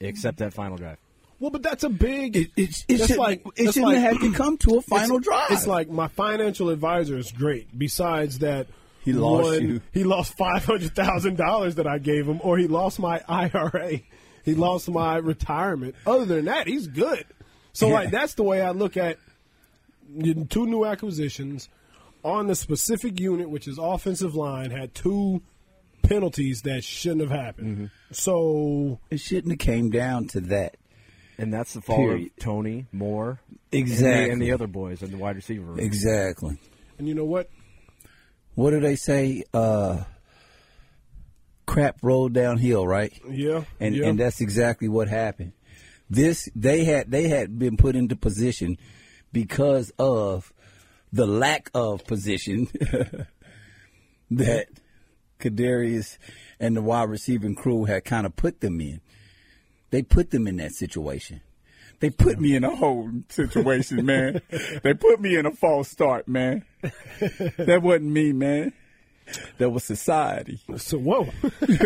Speaker 5: except that final drive.
Speaker 3: well, but that's a big.
Speaker 4: It, it, it,
Speaker 3: that's
Speaker 4: should,
Speaker 3: like
Speaker 4: it
Speaker 3: that's
Speaker 4: shouldn't
Speaker 3: like-
Speaker 4: have to come to a final
Speaker 3: it's,
Speaker 4: drive.
Speaker 3: It's like my financial advisor is great. Besides that,
Speaker 4: He lost
Speaker 3: one-
Speaker 4: you.
Speaker 3: He lost five hundred thousand dollars that I gave him, or he lost my IRA. He lost my retirement. Other than that, he's good. So like that's the way I look at two new acquisitions on the specific unit, which is offensive line, had two penalties that shouldn't have
Speaker 4: Mm-hmm.
Speaker 3: happened. So
Speaker 4: it shouldn't have came down to that.
Speaker 5: And that's the fault
Speaker 4: Period.
Speaker 5: of Tony Moore and the-
Speaker 4: Exactly.
Speaker 5: and the, other boys and the wide receiver. room.
Speaker 4: Exactly.
Speaker 3: and you know what?
Speaker 4: What do they say? Uh, crap rolled downhill, right?
Speaker 3: Yeah,
Speaker 4: and
Speaker 3: yeah.
Speaker 4: and that's exactly what happened. This they had they had been put into position because of the lack of position that Kadarius and the wide receiving crew had kind of put them in. They put them in that situation. They put me in a whole situation, man. they put me in a false start, man. That wasn't me, man. That was society.
Speaker 3: So whoa, he's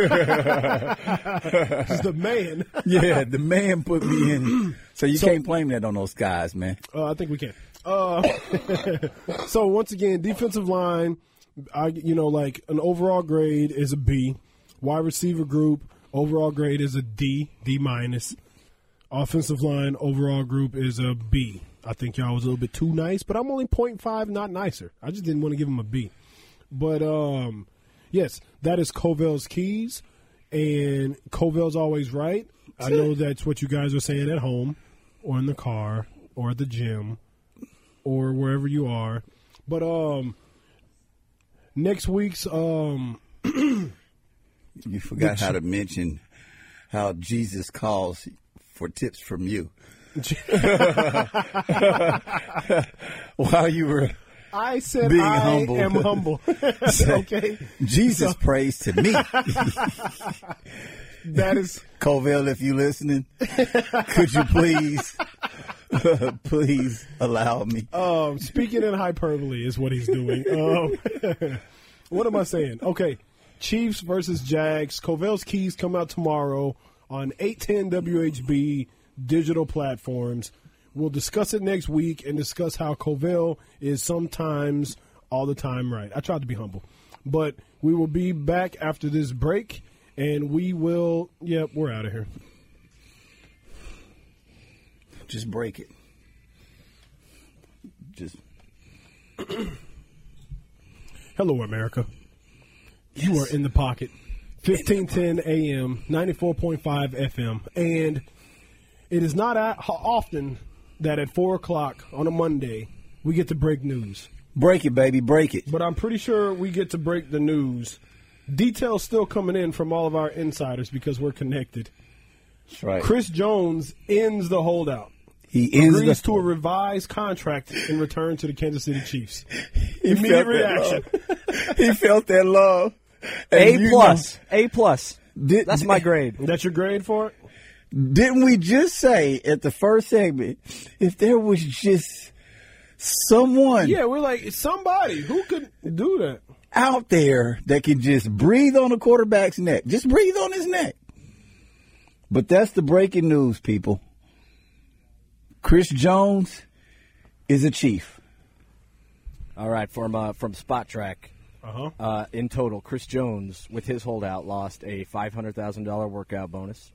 Speaker 3: the man.
Speaker 4: Yeah, the man put me in. So you can't blame that on those guys, man.
Speaker 3: Uh, I think we can. Uh, so once again, defensive line, I you know like an overall grade is a B. Wide receiver group overall grade is a D, D minus. Offensive line overall group is a B. I think y'all was a little bit too nice, but I'm only 0.5, not nicer. I just didn't want to give him a B. But um, yes, that is Covell's keys, and Covell's always right. I know that's what you guys are saying at home, or in the car, or at the gym, or wherever you are. But um, next week's um,
Speaker 4: You forgot how to mention how Jesus calls for tips from you. While you were
Speaker 3: I said
Speaker 4: Being
Speaker 3: I
Speaker 4: humble.
Speaker 3: am humble. okay,
Speaker 4: Jesus prays to me.
Speaker 3: that is
Speaker 4: Covell, if you listening, could you please please allow me?
Speaker 3: um, speaking in hyperbole is what he's doing. Um, what am I saying? Okay, Chiefs versus Jags. Covell's keys come out tomorrow on 810 WHB digital platforms. We'll discuss it next week and discuss how Covell is sometimes all the time right. I tried to be humble, but we will be back after this break, and we will. Yep, we're out of here.
Speaker 4: Just break it. Just
Speaker 3: Hello, America. You are in the pocket. 1510 AM, 94.5 FM. And it is not at, ho- often that at 4 o'clock on a Monday we get to break news.
Speaker 4: break it, baby, break it.
Speaker 3: But I'm pretty sure we get to break the news. Details still coming in from all of our insiders because we're connected.
Speaker 4: That's right.
Speaker 3: Chris Jones ends the holdout.
Speaker 4: he ends the
Speaker 3: Agrees to a revised contract in return to the Kansas City Chiefs.
Speaker 4: He
Speaker 3: Immediate
Speaker 4: felt
Speaker 3: reaction.
Speaker 4: that love. he felt that love. And
Speaker 5: A
Speaker 4: you
Speaker 5: plus. A plus.
Speaker 4: Did-
Speaker 5: That's my grade.
Speaker 3: That's your grade for it?
Speaker 4: know, didn't we just say at the first segment if there was just someone
Speaker 3: Yeah, we're like it's somebody who could do that.
Speaker 4: out there that can just breathe on the quarterback's neck, just breathe on his neck. But that's the breaking news, people. Chris Jones is a chief.
Speaker 5: All right, from uh, from Spot Track.
Speaker 3: Uh-huh.
Speaker 5: Uh, in total, Chris Jones, with his holdout, lost a five hundred thousand dollar workout bonus,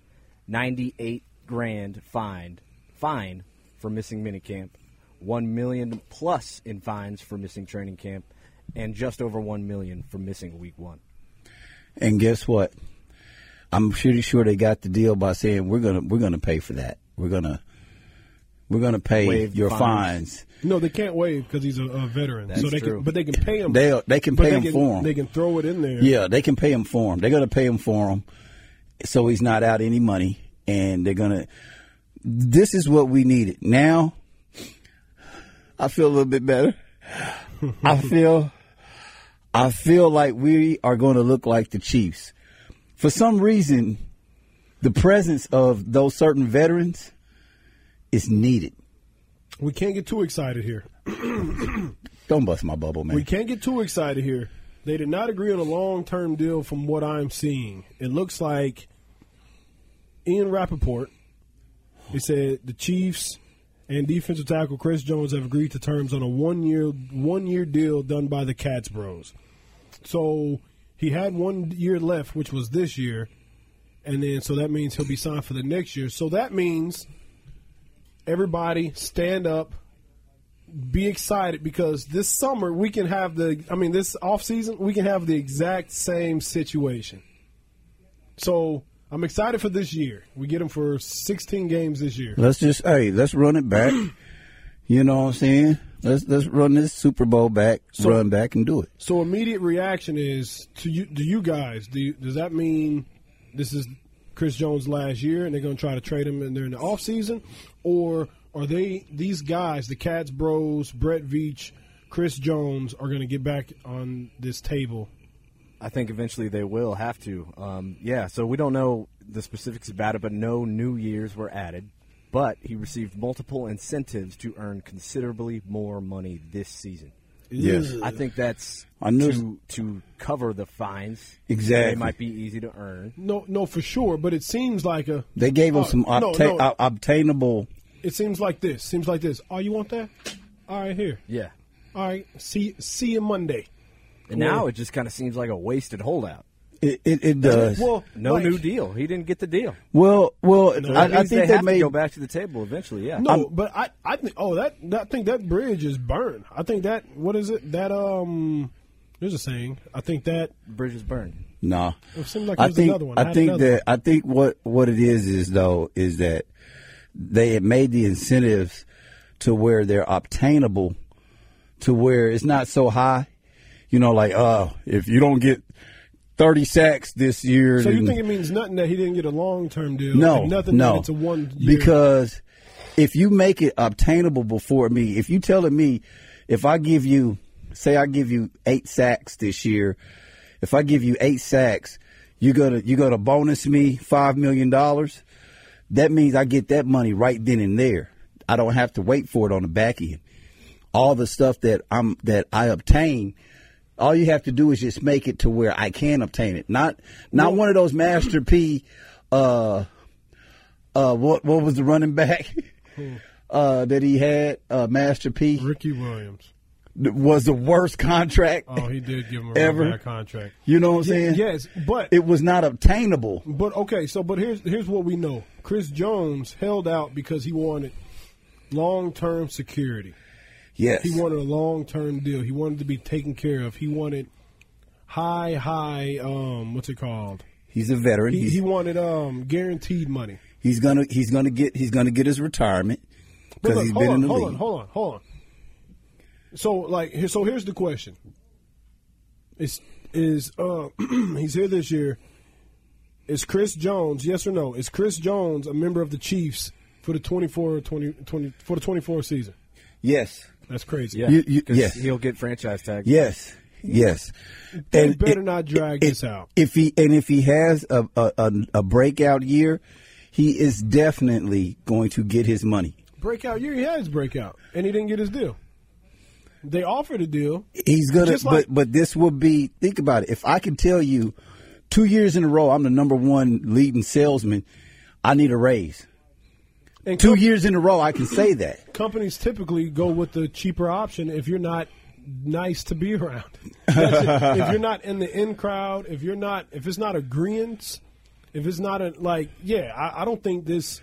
Speaker 5: ninety eight grand fined fine for missing minicamp, one million plus in fines for missing training camp, and just over one million for missing week one.
Speaker 4: And guess what? I'm pretty sure they got the deal by saying we're gonna we're gonna pay for that. We're gonna We're going to pay
Speaker 5: Waive
Speaker 4: your
Speaker 5: fines.
Speaker 4: fines.
Speaker 3: No, they can't waive because he's a, a veteran.
Speaker 5: That's
Speaker 3: so they
Speaker 5: true.
Speaker 3: Can, but they can pay him.
Speaker 4: They'll- they can
Speaker 3: but
Speaker 4: pay
Speaker 3: they
Speaker 4: him
Speaker 3: can,
Speaker 4: for 'em.
Speaker 3: They can throw it in there.
Speaker 4: Yeah, they can pay him for him. They're going to pay him for him, so he's not out any money, and they're going to. This is what we needed. Now, I feel a little bit better. I feel, I feel like we are going to look like the Chiefs. For some reason, the presence of those certain veterans is needed.
Speaker 3: We can't get too excited here.
Speaker 4: Don't bust my bubble, man.
Speaker 3: We can't get too excited here. They did not agree on a long term deal from what I'm seeing. It looks like Ian Rappaport, he said the Chiefs and defensive tackle Chris Jones have agreed to terms on a one year one year deal done by the Cats Bros. So he had one year left, which was this year, and then so that means he'll be signed for the next year. So that means everybody stand up be excited because this summer we can have the I mean this off season we can have the exact same situation. So I'm excited for this year. We get them for 16 games this year.
Speaker 4: Let's just hey, let's run it back. You know what I'm saying? Let's let's run this Super Bowl back, run back, and do it.
Speaker 3: So immediate reaction is to you. Do you guys? Do you, does that mean this is Chris Jones last year, and they're going to try to trade him in during the off season, or are they these guys, the Cats Bros, Brett Veach, Chris Jones, are going to get back on this table?
Speaker 5: I think eventually they will have to. Um, yeah, so we don't know the specifics about it, but no new years were added. But he received multiple incentives to earn considerably more money this season.
Speaker 4: Yes.
Speaker 5: I think that's
Speaker 4: I knew-
Speaker 5: to to cover the fines.
Speaker 4: Exactly.
Speaker 5: they might be easy to earn.
Speaker 3: No, no, for sure. But it seems like a
Speaker 4: They gave him
Speaker 3: Oh,
Speaker 4: some
Speaker 3: no,
Speaker 4: obta-
Speaker 3: no.
Speaker 4: ob- obtainable.
Speaker 3: it seems like this. Seems like this. Oh, you want that? All right, here.
Speaker 5: Yeah,
Speaker 3: All right. See, see you Monday.
Speaker 5: and now it just kind of seems like a wasted holdout.
Speaker 4: It, it, it does. Well,
Speaker 3: Well,
Speaker 5: No
Speaker 3: like-
Speaker 5: new deal. He didn't get the deal.
Speaker 4: well,
Speaker 5: That
Speaker 4: I, I
Speaker 5: means
Speaker 4: think
Speaker 5: they
Speaker 4: they,
Speaker 5: have to
Speaker 4: made.
Speaker 5: go back to the table eventually. Yeah,
Speaker 3: No, but I, I think. Oh, that, that, I think that bridge is burned. I think that. What is it? That um. There's a saying. I think that.
Speaker 5: bridges burned.
Speaker 4: Nah,
Speaker 3: It seemed like
Speaker 4: I
Speaker 3: there's
Speaker 4: think
Speaker 3: another one.
Speaker 4: I
Speaker 3: had
Speaker 4: think
Speaker 3: another
Speaker 4: that I think what what it is is though is that they had made the incentives to where they're obtainable, to where it's not so high. You know, like uh, if you don't get thirty sacks this year,
Speaker 3: one. So you
Speaker 4: then-
Speaker 3: think it means nothing that he didn't get a long term deal?
Speaker 4: No,
Speaker 3: and nothing.
Speaker 4: no,
Speaker 3: That it's a one year.
Speaker 4: because if you make it obtainable before me, if you telling me, if I give you, say I give you eight sacks this year, if I give you eight sacks, you gonna you gonna bonus me five million dollars. That means I get that money right then and there. I don't have to wait for it on the back end. All the stuff that I'm that I obtain. All you have to do is just make it to where I can obtain it. Not not one of those Master P uh uh, what what was the running back uh, that he had? Uh, Master P
Speaker 3: Ricky Williams.
Speaker 4: was the worst contract.
Speaker 3: Oh, he did give him a
Speaker 4: Ever.
Speaker 3: bad contract.
Speaker 4: You know what I'm saying?
Speaker 3: Yes, but
Speaker 4: It was not obtainable.
Speaker 3: But okay, so but here's here's what we know. Chris Jones held out because he wanted long term security.
Speaker 4: Yes.
Speaker 3: He wanted a long term deal. He wanted to be taken care of. He wanted high high um what's it called?
Speaker 4: he's a veteran.
Speaker 3: He,
Speaker 4: he's,
Speaker 3: he wanted um guaranteed money.
Speaker 4: he's gonna he's gonna get he's gonna get his retirement
Speaker 3: But
Speaker 4: because
Speaker 3: look,
Speaker 4: he's
Speaker 3: hold
Speaker 4: been
Speaker 3: on,
Speaker 4: in the
Speaker 3: hold
Speaker 4: league.
Speaker 3: on, hold on, hold on. So like here- so here's the question. Is is uh he's here this year. Is Chris Jones, yes or no? Is Chris Jones a member of the Chiefs for the 24 20, 20 for the 24 season?
Speaker 4: Yes.
Speaker 3: That's crazy.
Speaker 5: Yeah,
Speaker 4: You- you-
Speaker 5: 'cause
Speaker 4: yes.
Speaker 5: he'll get franchise tag.
Speaker 4: Yes. Yes.
Speaker 3: They
Speaker 4: And
Speaker 3: better
Speaker 4: it-
Speaker 3: not drag
Speaker 4: it-
Speaker 3: this out.
Speaker 4: If he and if he has a, a a a breakout year, he is definitely going to get his money.
Speaker 3: Breakout year, he had his breakout, and he didn't get his deal. They offered a deal.
Speaker 4: He's gonna,
Speaker 3: Just like-
Speaker 4: but but this will be. Think about it. If I can tell you, two years in a row, I'm the number one leading salesman. I need a raise.
Speaker 3: And
Speaker 4: Two years in a row, I can say that.
Speaker 3: companies typically go with the cheaper option if you're not nice to be around. That's it. if you're not in the in crowd, if you're not, if it's not agreeance, if it's not a like, yeah, I, I don't think this.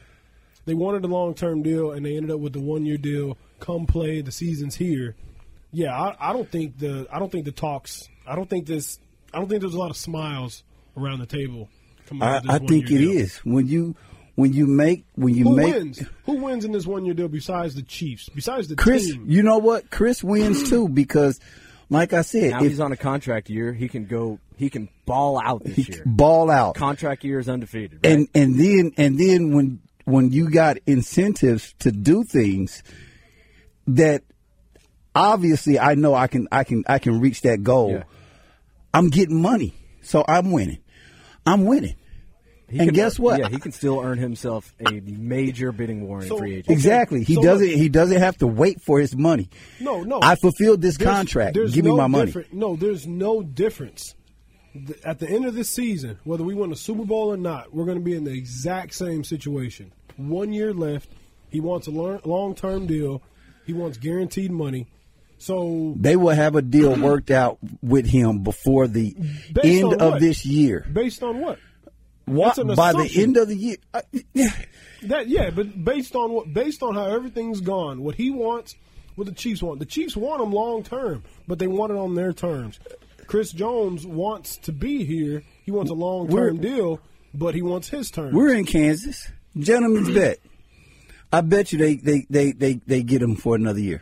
Speaker 3: They wanted a long term deal and they ended up with the one year deal. Come play the season's here. Yeah, I, I don't think the I don't think the talks. I don't think this. I don't think there's a lot of smiles around the table. coming out
Speaker 4: I,
Speaker 3: of this
Speaker 4: I think it
Speaker 3: one-year
Speaker 4: is
Speaker 3: deal.
Speaker 4: when you when you make when you
Speaker 3: Who
Speaker 4: make
Speaker 3: wins? Who wins in this one year deal besides the Chiefs? Besides the
Speaker 4: Chris,
Speaker 3: team?
Speaker 4: you know what? Chris wins too because, like I said,
Speaker 5: Now
Speaker 4: if
Speaker 5: he's on a contract year. He can go. He can ball out this year.
Speaker 4: ball out,
Speaker 5: Contract year is undefeated. Right?
Speaker 4: and and then and then when when you got incentives to do things that obviously I know I can I can I can reach that goal.
Speaker 5: Yeah.
Speaker 4: I'm getting money, so I'm winning. I'm winning.
Speaker 5: He
Speaker 4: and
Speaker 5: can-
Speaker 4: guess what?
Speaker 5: Yeah, he can still earn himself a major bidding war in
Speaker 3: So-
Speaker 5: free agency.
Speaker 4: Exactly. He
Speaker 3: so
Speaker 4: doesn't.
Speaker 3: look-
Speaker 4: He doesn't have to wait for his money.
Speaker 3: No, no.
Speaker 4: I fulfilled this
Speaker 3: There's-
Speaker 4: contract.
Speaker 3: there's
Speaker 4: Give
Speaker 3: no
Speaker 4: me my money.
Speaker 3: different- No, there's no difference. Th- At the end of this season, whether we win a Super Bowl or not, we're going to be in the exact same situation. One year left. He wants a long term deal. He wants guaranteed money. So
Speaker 4: They will have a deal worked out with him before the
Speaker 3: Based
Speaker 4: end
Speaker 3: on
Speaker 4: of
Speaker 3: what?
Speaker 4: this year.
Speaker 3: based on what?
Speaker 4: Why,
Speaker 3: That's an
Speaker 4: by the
Speaker 3: assumption.
Speaker 4: end of the year, I,
Speaker 3: That yeah, but based on what? Based on how everything's gone, what he wants, what the Chiefs want. The Chiefs want him long term, but they want it on their terms. Chris Jones wants to be here. He wants a long
Speaker 4: We're-
Speaker 3: term deal, but he wants his terms.
Speaker 4: we're in Kansas. Gentlemen's bet. I bet you they they they they, they get him for another year.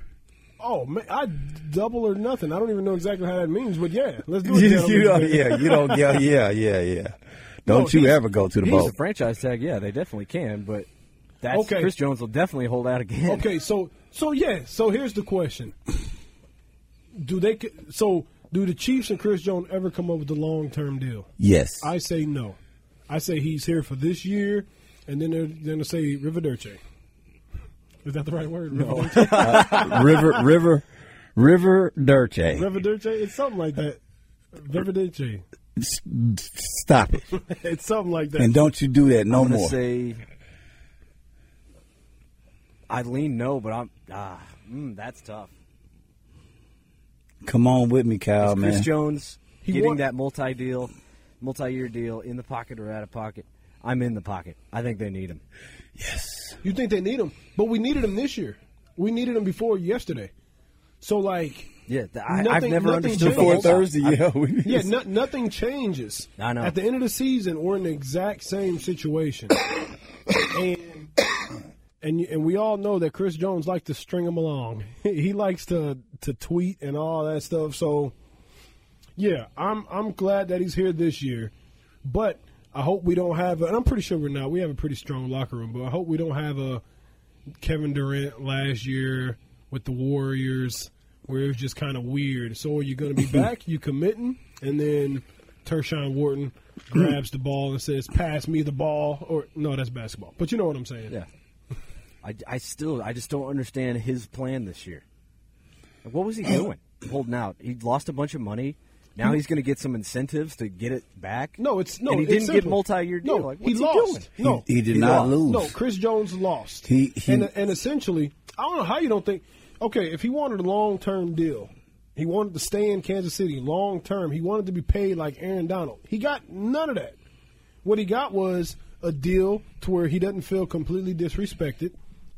Speaker 3: Oh man, I double or nothing. I don't even know exactly how that means, but yeah, let's do it.
Speaker 4: You,
Speaker 3: gentlemen.
Speaker 4: you don't, yeah, you don't. Yeah, yeah, yeah, yeah.
Speaker 3: No,
Speaker 4: Don't you
Speaker 3: he's-
Speaker 4: ever go to the
Speaker 5: He's
Speaker 4: bowl?
Speaker 5: a franchise tag. Yeah, they definitely can. But that's
Speaker 3: Okay.
Speaker 5: Chris Jones will definitely hold out again.
Speaker 3: Okay, so so yeah, so here's the question: Do they? c- So do the Chiefs and Chris Jones ever come up with a long term deal?
Speaker 4: Yes.
Speaker 3: I say no. I say he's here for this year, and then they're going to say Riverdurce. Is that the right word? No.
Speaker 4: River River River eh? Dirce.
Speaker 3: Riverdurce? It's something like that. Riverdurce.
Speaker 4: S- Stop it.
Speaker 3: It's something like that.
Speaker 4: And don't you do that no
Speaker 5: I'm gonna
Speaker 4: more.
Speaker 5: say. I lean no, but I'm ah, mm, that's tough.
Speaker 4: Come on with me, Kyle,
Speaker 5: Is Chris
Speaker 4: Oh, man.
Speaker 5: Jones
Speaker 3: He
Speaker 5: getting
Speaker 3: won-
Speaker 5: that multi deal, multi year deal in the pocket or out of pocket. I'm in the pocket. I think they need him.
Speaker 3: You think they need him, but we needed him this year. We needed him before yesterday. So like,
Speaker 5: Yeah, th- I, I've
Speaker 3: Nothing-
Speaker 5: never
Speaker 3: nothing
Speaker 5: understood
Speaker 3: changed.
Speaker 5: the whole-
Speaker 3: Before
Speaker 4: yeah.
Speaker 3: yeah, no, nothing changes.
Speaker 5: I know.
Speaker 3: At the end of the season, we're in the exact same situation, and and you- and we all know that Chris Jones likes to string him along. he likes to to tweet and all that stuff. So, yeah, I'm I'm glad that he's here this year, but I hope we don't have. And I'm pretty sure we're not. We have a pretty strong locker room, but I hope we don't have a Kevin Durant last year with the Warriors, where it was just kind of weird. So are you going to be back? You committing? And then Tershawn Wharton grabs the ball and says, "Pass me the ball." Or no, that's basketball. But you know what I'm saying?
Speaker 5: Yeah. I, I still, I just don't understand his plan this year. Like, What was he doing? Holding out. He lost a bunch of money. Now he's going to get some incentives to get it back.
Speaker 3: No, it's no.
Speaker 5: And he
Speaker 3: it's
Speaker 5: didn't get
Speaker 3: simple.
Speaker 5: multi-year deal.
Speaker 3: No,
Speaker 5: Like,
Speaker 3: he
Speaker 5: what's he
Speaker 3: lost.
Speaker 5: doing?
Speaker 3: No,
Speaker 4: He did not
Speaker 3: lost.
Speaker 4: lose.
Speaker 3: No, Chris Jones lost.
Speaker 4: He- he-
Speaker 3: and, and essentially, I don't know how you don't think. Okay, if he wanted a long term deal, he wanted to stay in Kansas City long term. He wanted to be paid like Aaron Donald. He got none of that. What he got was a deal to where he doesn't feel completely disrespected.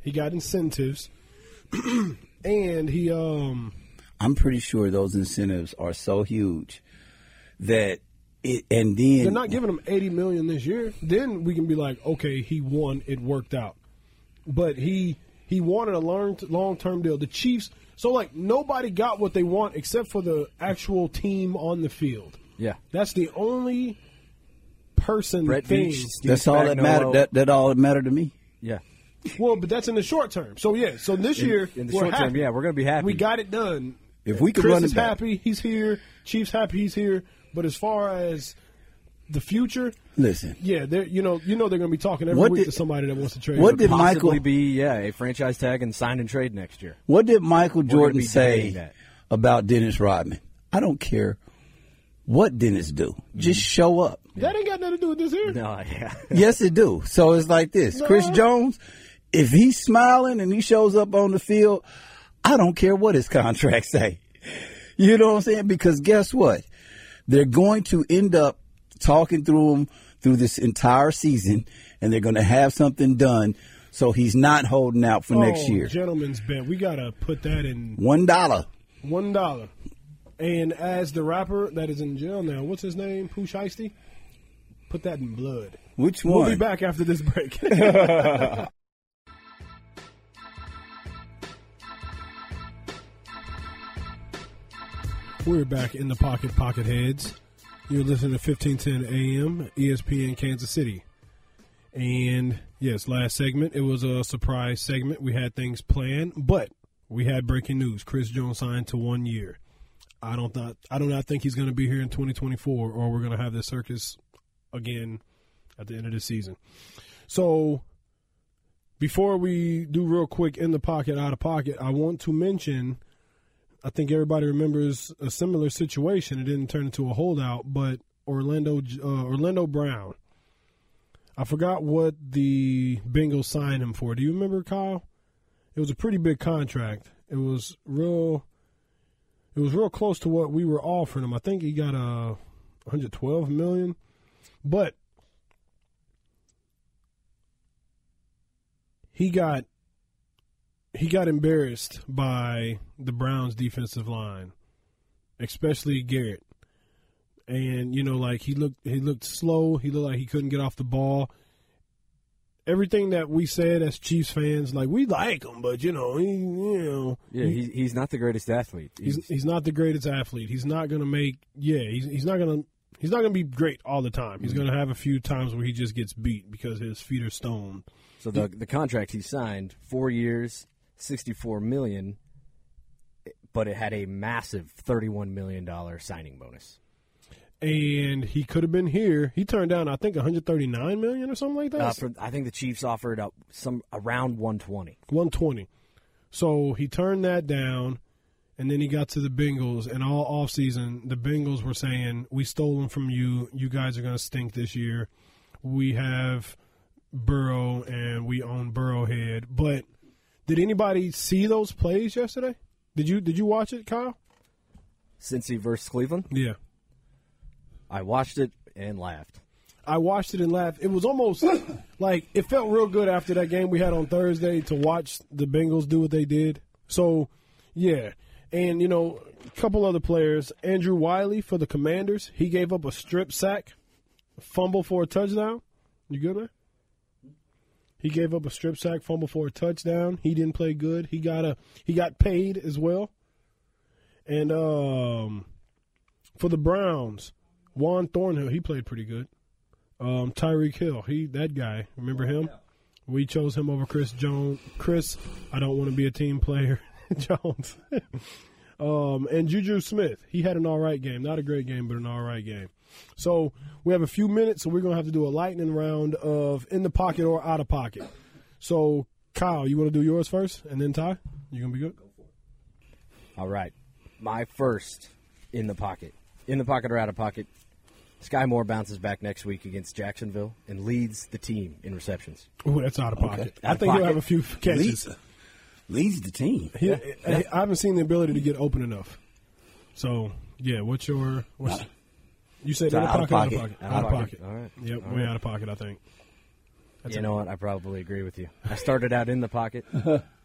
Speaker 3: He got incentives, and he um
Speaker 4: I'm pretty sure those incentives are so huge that it and then
Speaker 3: they're not giving him 80 million this year then we can be like okay he won it worked out but he he wanted a long long term deal the chiefs so like nobody got what they want except for the actual team on the field
Speaker 5: Yeah.
Speaker 3: that's the only person
Speaker 5: Brett
Speaker 3: thing
Speaker 5: Veach, Steve
Speaker 4: that's all that
Speaker 5: Spagnuolo.
Speaker 4: mattered. That, that all that mattered to me.
Speaker 5: yeah.
Speaker 3: well but that's in the short term so yeah so this
Speaker 5: In-
Speaker 3: year
Speaker 5: in the
Speaker 3: we're
Speaker 5: short term,
Speaker 3: happy.
Speaker 5: yeah, we're gonna be happy.
Speaker 3: we got it done
Speaker 4: If we could
Speaker 3: Chris
Speaker 4: run it
Speaker 3: is
Speaker 4: back.
Speaker 3: happy he's here chiefs happy he's here but as far as the future
Speaker 4: Listen,
Speaker 3: Yeah, they're you know you know they're going to be talking every
Speaker 4: What
Speaker 3: week
Speaker 4: did-
Speaker 3: to somebody that wants to trade.
Speaker 4: what
Speaker 3: him.
Speaker 4: did
Speaker 5: Possibly
Speaker 4: Michael?
Speaker 5: be yeah a franchise tag and sign and trade next year.
Speaker 4: What did Michael
Speaker 5: gonna
Speaker 4: Jordan
Speaker 5: be
Speaker 4: say
Speaker 5: debating that.
Speaker 4: about Dennis Rodman? I don't care what Dennis do. Just
Speaker 5: Mm-hmm.
Speaker 4: show up.
Speaker 3: that ain't got nothing to do with this here?
Speaker 5: No, yeah.
Speaker 4: yes, it do. So it's like this. Chris
Speaker 3: No.
Speaker 4: Jones, if he's smiling and he shows up on the field, I don't care what his contract say. You know what I'm saying? Because guess what? They're going to end up talking through him through this entire season, and they're going to have something done. So he's not holding out for next
Speaker 3: Oh,
Speaker 4: year.
Speaker 3: gentleman's bet. We got to put that in
Speaker 4: One dollar.
Speaker 3: one dollar. And as the rapper that is in jail now, what's his name? Pooh Shiesty. Put that in blood.
Speaker 4: Which
Speaker 3: We'll
Speaker 4: one?
Speaker 3: be back after this break. We're back in the pocket, pocket heads. You're listening to 1510 AM, ESPN Kansas City. And yes, last segment, it was a surprise segment. We had things planned, but we had breaking news. Chris Jones signed to one year. I don't not I do not think he's going to be here in 2024, or we're going to have this circus again at the end of the season. So, before we do real quick in the pocket, out of pocket, I want to mention I think everybody remembers a similar situation. It didn't turn into a holdout, but Orlando uh, Orlando Brown. I forgot what the Bengals signed him for. Do you remember, Kyle? It was a pretty big contract. It was real. It was real close to what we were offering him. I think he got uh, a 112 million, but he got he got embarrassed by the Browns defensive line, especially Garrett. And you know, like he looked he looked slow, he looked like he couldn't get off the ball. Everything that we said as Chiefs fans, like we like him, but you know, he, you know,
Speaker 5: Yeah, he, he's not the greatest athlete.
Speaker 3: he's he's not the greatest athlete. He's not gonna make yeah. He's he's not gonna he's not gonna be great all the time. He's gonna have a few times where he just gets beat because his feet are stoned.
Speaker 5: So the the contract he signed, four years, sixty four million, but it had a massive thirty one million dollar signing bonus.
Speaker 3: And he could have been here. He turned down I think 139 million or something like that.
Speaker 5: Uh, for, I think the Chiefs offered up some around one twenty.
Speaker 3: 120. So he turned that down, and then he got to the Bengals. And all offseason, the Bengals were saying, We stole him from you. You guys are going to stink this year. We have Burrow, and we own Burrowhead. But did anybody see those plays yesterday? Did you did you watch it, Kyle?
Speaker 5: Cincy versus Cleveland.
Speaker 3: Yeah.
Speaker 5: I watched it and laughed.
Speaker 3: I watched it and laughed. It was almost like it felt real good after that game we had on Thursday to watch the Bengals do what they did. So, yeah. And, you know, a couple other players. Andrew Wiley for the Commanders. He gave up a strip sack, fumble for a touchdown. You good there? He gave up a strip sack, fumble for a touchdown. He didn't play good. He got a he got paid as well. And um for the Browns, Juan Thornhill, he played pretty good. Um, Tyreek Hill, he that guy. Remember him? We chose him over Chris Jones. Chris, I don't want to be a team player. Jones. um, and Juju Smith, he had an all right game. Not a great game, but an all right game. So we have a few minutes, so we're gonna have to do a lightning round of in the pocket or out of pocket. So Kyle, you want to do yours first, and then Ty, you gonna be good.
Speaker 5: All right. My first in the pocket. In the pocket or out of pocket. Sky Moore bounces back next week against Jacksonville and leads the team in receptions.
Speaker 3: Ooh, that's out of pocket.
Speaker 5: Out
Speaker 3: I
Speaker 5: of
Speaker 3: think
Speaker 5: pocket.
Speaker 3: he'll have a few catches.
Speaker 4: leads, leads the team.
Speaker 3: He, I, I haven't seen the ability to get open enough. So yeah, what's your what's you said out of pocket, out of pocket, out of pocket.
Speaker 5: All right.
Speaker 3: Yep, way out of pocket. I think.
Speaker 5: you know what? I probably agree with you. I started out in the pocket.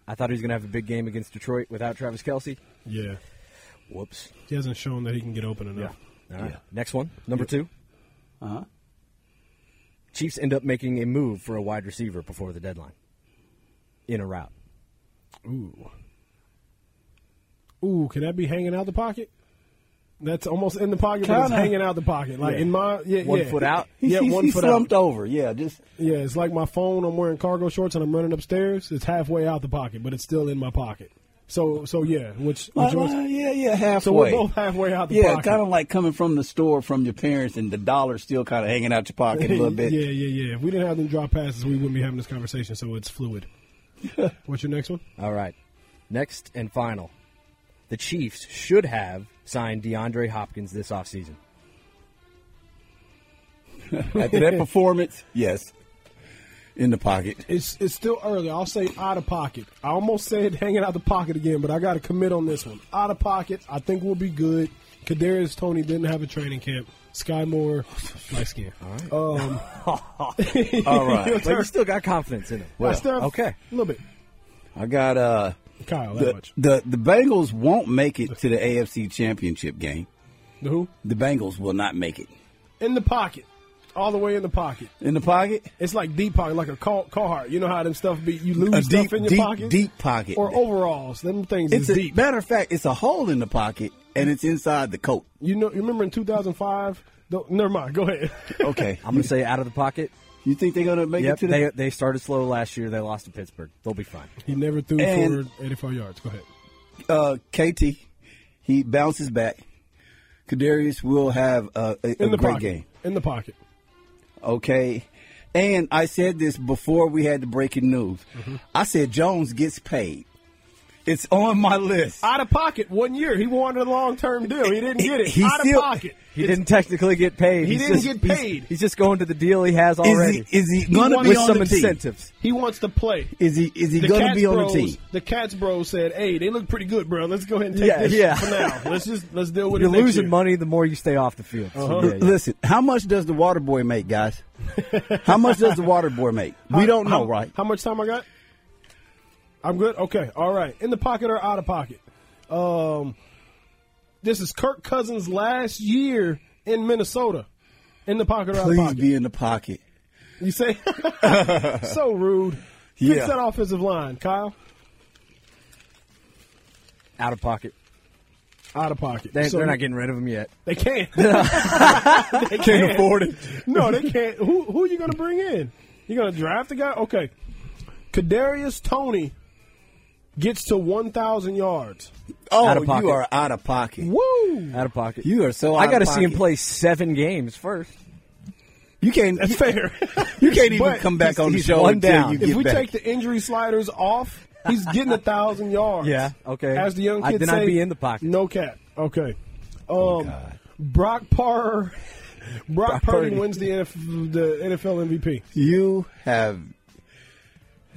Speaker 5: I thought he was going to have a big game against Detroit without Travis Kelsey.
Speaker 3: Yeah,
Speaker 5: Whoops.
Speaker 3: he hasn't shown that he can get open enough.
Speaker 5: All right. Next one. Number two. Uh huh.
Speaker 3: Uh-huh.
Speaker 5: Chiefs end up making a move for a wide receiver before the deadline in a route.
Speaker 3: Ooh, ooh, can that be hanging out the pocket? That's almost in the pocket, but it's
Speaker 4: Kinda.
Speaker 3: hanging out the pocket. Like in my yeah,
Speaker 5: One
Speaker 3: yeah.
Speaker 5: foot out.
Speaker 4: He,
Speaker 3: yeah,
Speaker 4: he,
Speaker 3: one
Speaker 4: he
Speaker 3: foot out.
Speaker 4: slumped over. Yeah, just
Speaker 3: Yeah, it's like my phone. I'm wearing cargo shorts and I'm running upstairs. It's halfway out the pocket, but it's still in my pocket. So so yeah, which, which
Speaker 4: like,
Speaker 3: was-
Speaker 4: uh, yeah, yeah, halfway.
Speaker 3: so we're both halfway out the
Speaker 4: yeah,
Speaker 3: pocket.
Speaker 4: kind of like coming from the store from your parents, and the dollar's still kind of hanging out your pocket a little bit.
Speaker 3: Yeah, yeah, yeah. If we didn't have them drop passes, we wouldn't be having this conversation. So it's fluid. What's your next one?
Speaker 5: All right. Next and final. The Chiefs should have signed DeAndre Hopkins this offseason.
Speaker 4: After that performance, yes, in the pocket.
Speaker 3: It's it's still early. I'll say out of pocket. I almost said hanging out the pocket again, but I got to commit on this one. Out of pocket. I think we'll be good. Kadarius Tony didn't have a training camp. Sky Moore, light skin. Um,
Speaker 4: All right,
Speaker 5: But you still got confidence in him.
Speaker 3: I still-
Speaker 5: okay.
Speaker 3: a little bit.
Speaker 4: I got uh
Speaker 3: Kyle, that
Speaker 4: the,
Speaker 3: much.
Speaker 4: the the Bengals won't make it to the AFC Championship game.
Speaker 3: The who?
Speaker 4: The Bengals will not make it.
Speaker 3: In the pocket. all the way in the pocket.
Speaker 4: in the pocket.
Speaker 3: It's like deep pocket, like a car, Carhartt. You know how them stuff be? You lose
Speaker 4: A
Speaker 3: stuff
Speaker 4: deep-
Speaker 3: in your
Speaker 4: deep-
Speaker 3: pocket,
Speaker 4: deep pocket.
Speaker 3: or overalls. Them things
Speaker 4: It's
Speaker 3: is
Speaker 4: a,
Speaker 3: deep.
Speaker 4: matter of fact, it's a hole in the pocket and it's inside the coat.
Speaker 3: You know, you remember in 2005? Don't, never mind. Go ahead.
Speaker 4: Okay,
Speaker 5: I'm going to say out of the pocket.
Speaker 4: you think they're gonna make
Speaker 5: Yep,
Speaker 4: it to the?
Speaker 5: they, they started slow last year. They lost to Pittsburgh. They'll be fine.
Speaker 3: he never threw
Speaker 4: And-
Speaker 3: for 84 yards. Go ahead.
Speaker 4: uh, KT, he bounces back. Kadarius will have uh, a, a
Speaker 3: In the
Speaker 4: great
Speaker 3: pocket.
Speaker 4: game.
Speaker 3: In the pocket.
Speaker 4: Okay, and I said this before we had the breaking news.
Speaker 3: Mm-hmm.
Speaker 4: I said Jones gets paid. It's on my list.
Speaker 3: Out of pocket. One year. He wanted a long term deal. He didn't get it.
Speaker 4: He- he
Speaker 3: Out
Speaker 4: still-
Speaker 3: of pocket.
Speaker 5: He didn't technically get paid.
Speaker 3: He
Speaker 5: He's
Speaker 3: didn't
Speaker 5: just-
Speaker 3: get
Speaker 5: he's-
Speaker 3: paid.
Speaker 5: He's, just going to the deal he has already.
Speaker 4: Is he is he gonna
Speaker 3: wanted-
Speaker 4: be
Speaker 5: with
Speaker 4: on
Speaker 5: some
Speaker 4: the team?
Speaker 5: incentives.
Speaker 3: He wants to play.
Speaker 4: Is he is he
Speaker 3: The
Speaker 4: gonna
Speaker 3: Cats
Speaker 4: be on
Speaker 3: bros,
Speaker 4: the team?
Speaker 3: The Cats bro said, "Hey, they look pretty good, bro. Let's go ahead and take
Speaker 5: Yeah,
Speaker 3: this
Speaker 5: yeah.
Speaker 3: for now. Let's just let's deal with
Speaker 5: You're
Speaker 3: it." next
Speaker 5: losing
Speaker 3: year."
Speaker 5: money the more you stay off the field. So,
Speaker 3: Uh-huh.
Speaker 5: yeah, yeah.
Speaker 4: Listen, how much does the water boy make, guys? how much does the water boy make? We don't know,
Speaker 3: How-
Speaker 4: right?
Speaker 3: How much time I got? I'm good. Okay. All right. In the pocket or out of pocket? Um, this is Kirk Cousins last year in Minnesota. In the pocket or out of
Speaker 4: Please
Speaker 3: pocket?
Speaker 4: be in the pocket.
Speaker 3: You say so rude.
Speaker 4: Yeah.
Speaker 3: Fix that offensive line, Kyle.
Speaker 5: Out of pocket.
Speaker 3: Out of pocket.
Speaker 5: They,
Speaker 3: So
Speaker 5: they're not getting rid of him yet.
Speaker 3: They can't. they can't
Speaker 4: afford it.
Speaker 3: No, they can't. Who who are you going to bring in? You going to draft a guy? Okay. Kadarius Tony gets to 1,000 yards.
Speaker 4: Oh,
Speaker 5: Out of pocket.
Speaker 4: you are out of pocket.
Speaker 3: Woo!
Speaker 5: Out of pocket.
Speaker 4: You are so.
Speaker 5: I
Speaker 4: got to
Speaker 5: see him play seven games first.
Speaker 4: You can't.
Speaker 3: That's fair.
Speaker 4: You can't even
Speaker 3: But
Speaker 4: come back on the
Speaker 5: he's
Speaker 4: show
Speaker 5: one
Speaker 4: until
Speaker 5: down.
Speaker 4: you
Speaker 5: If
Speaker 4: get
Speaker 3: If we
Speaker 4: back.
Speaker 3: take the injury sliders off, he's getting a thousand yards.
Speaker 5: Yeah, okay.
Speaker 3: As the young
Speaker 5: I-
Speaker 3: kids
Speaker 5: then
Speaker 3: say,
Speaker 5: I'd be in the pocket.
Speaker 3: No cap. Okay. Um, Brock Parr. Brock,
Speaker 5: Brock
Speaker 3: Purdy,
Speaker 5: Purdy.
Speaker 3: wins the NFL, the NFL MVP.
Speaker 4: you have.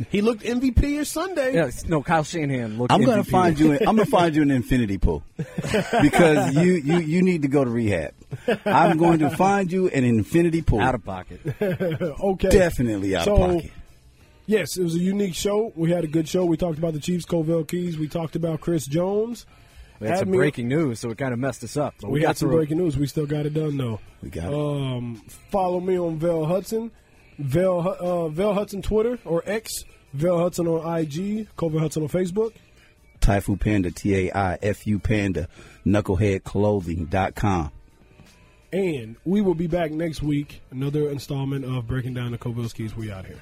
Speaker 3: He looked MVP here Sunday.
Speaker 5: Yeah, it's- no, Kyle Shanahan. Look,
Speaker 4: I'm gonna
Speaker 5: MVP.
Speaker 4: find you. An, I'm gonna find you an infinity pool because you you you need to go to rehab. I'm going to find you an infinity pool.
Speaker 5: out of pocket.
Speaker 3: Okay.
Speaker 4: definitely out
Speaker 3: so,
Speaker 4: of pocket.
Speaker 3: Yes, it was a unique show. We had a good show. We talked about the Chiefs, Covell Keys. We talked about Chris Jones.
Speaker 5: That's
Speaker 3: Had
Speaker 5: some
Speaker 3: me-
Speaker 5: breaking news, so it kind of messed us up. But
Speaker 3: We, got some
Speaker 5: through it.
Speaker 3: breaking news. We still got it done though.
Speaker 4: We got it.
Speaker 3: Um, follow me on Vel Hudson, Vel Hu- uh, Vel Hudson Twitter or X, Vel Hudson on IG, Colvin Hudson on Facebook.
Speaker 4: Typhu Panda, T A I F U Panda, knuckleheadclothing.com.
Speaker 3: And we will be back next week. Another installment of Breaking Down the Kovilskis. We out here.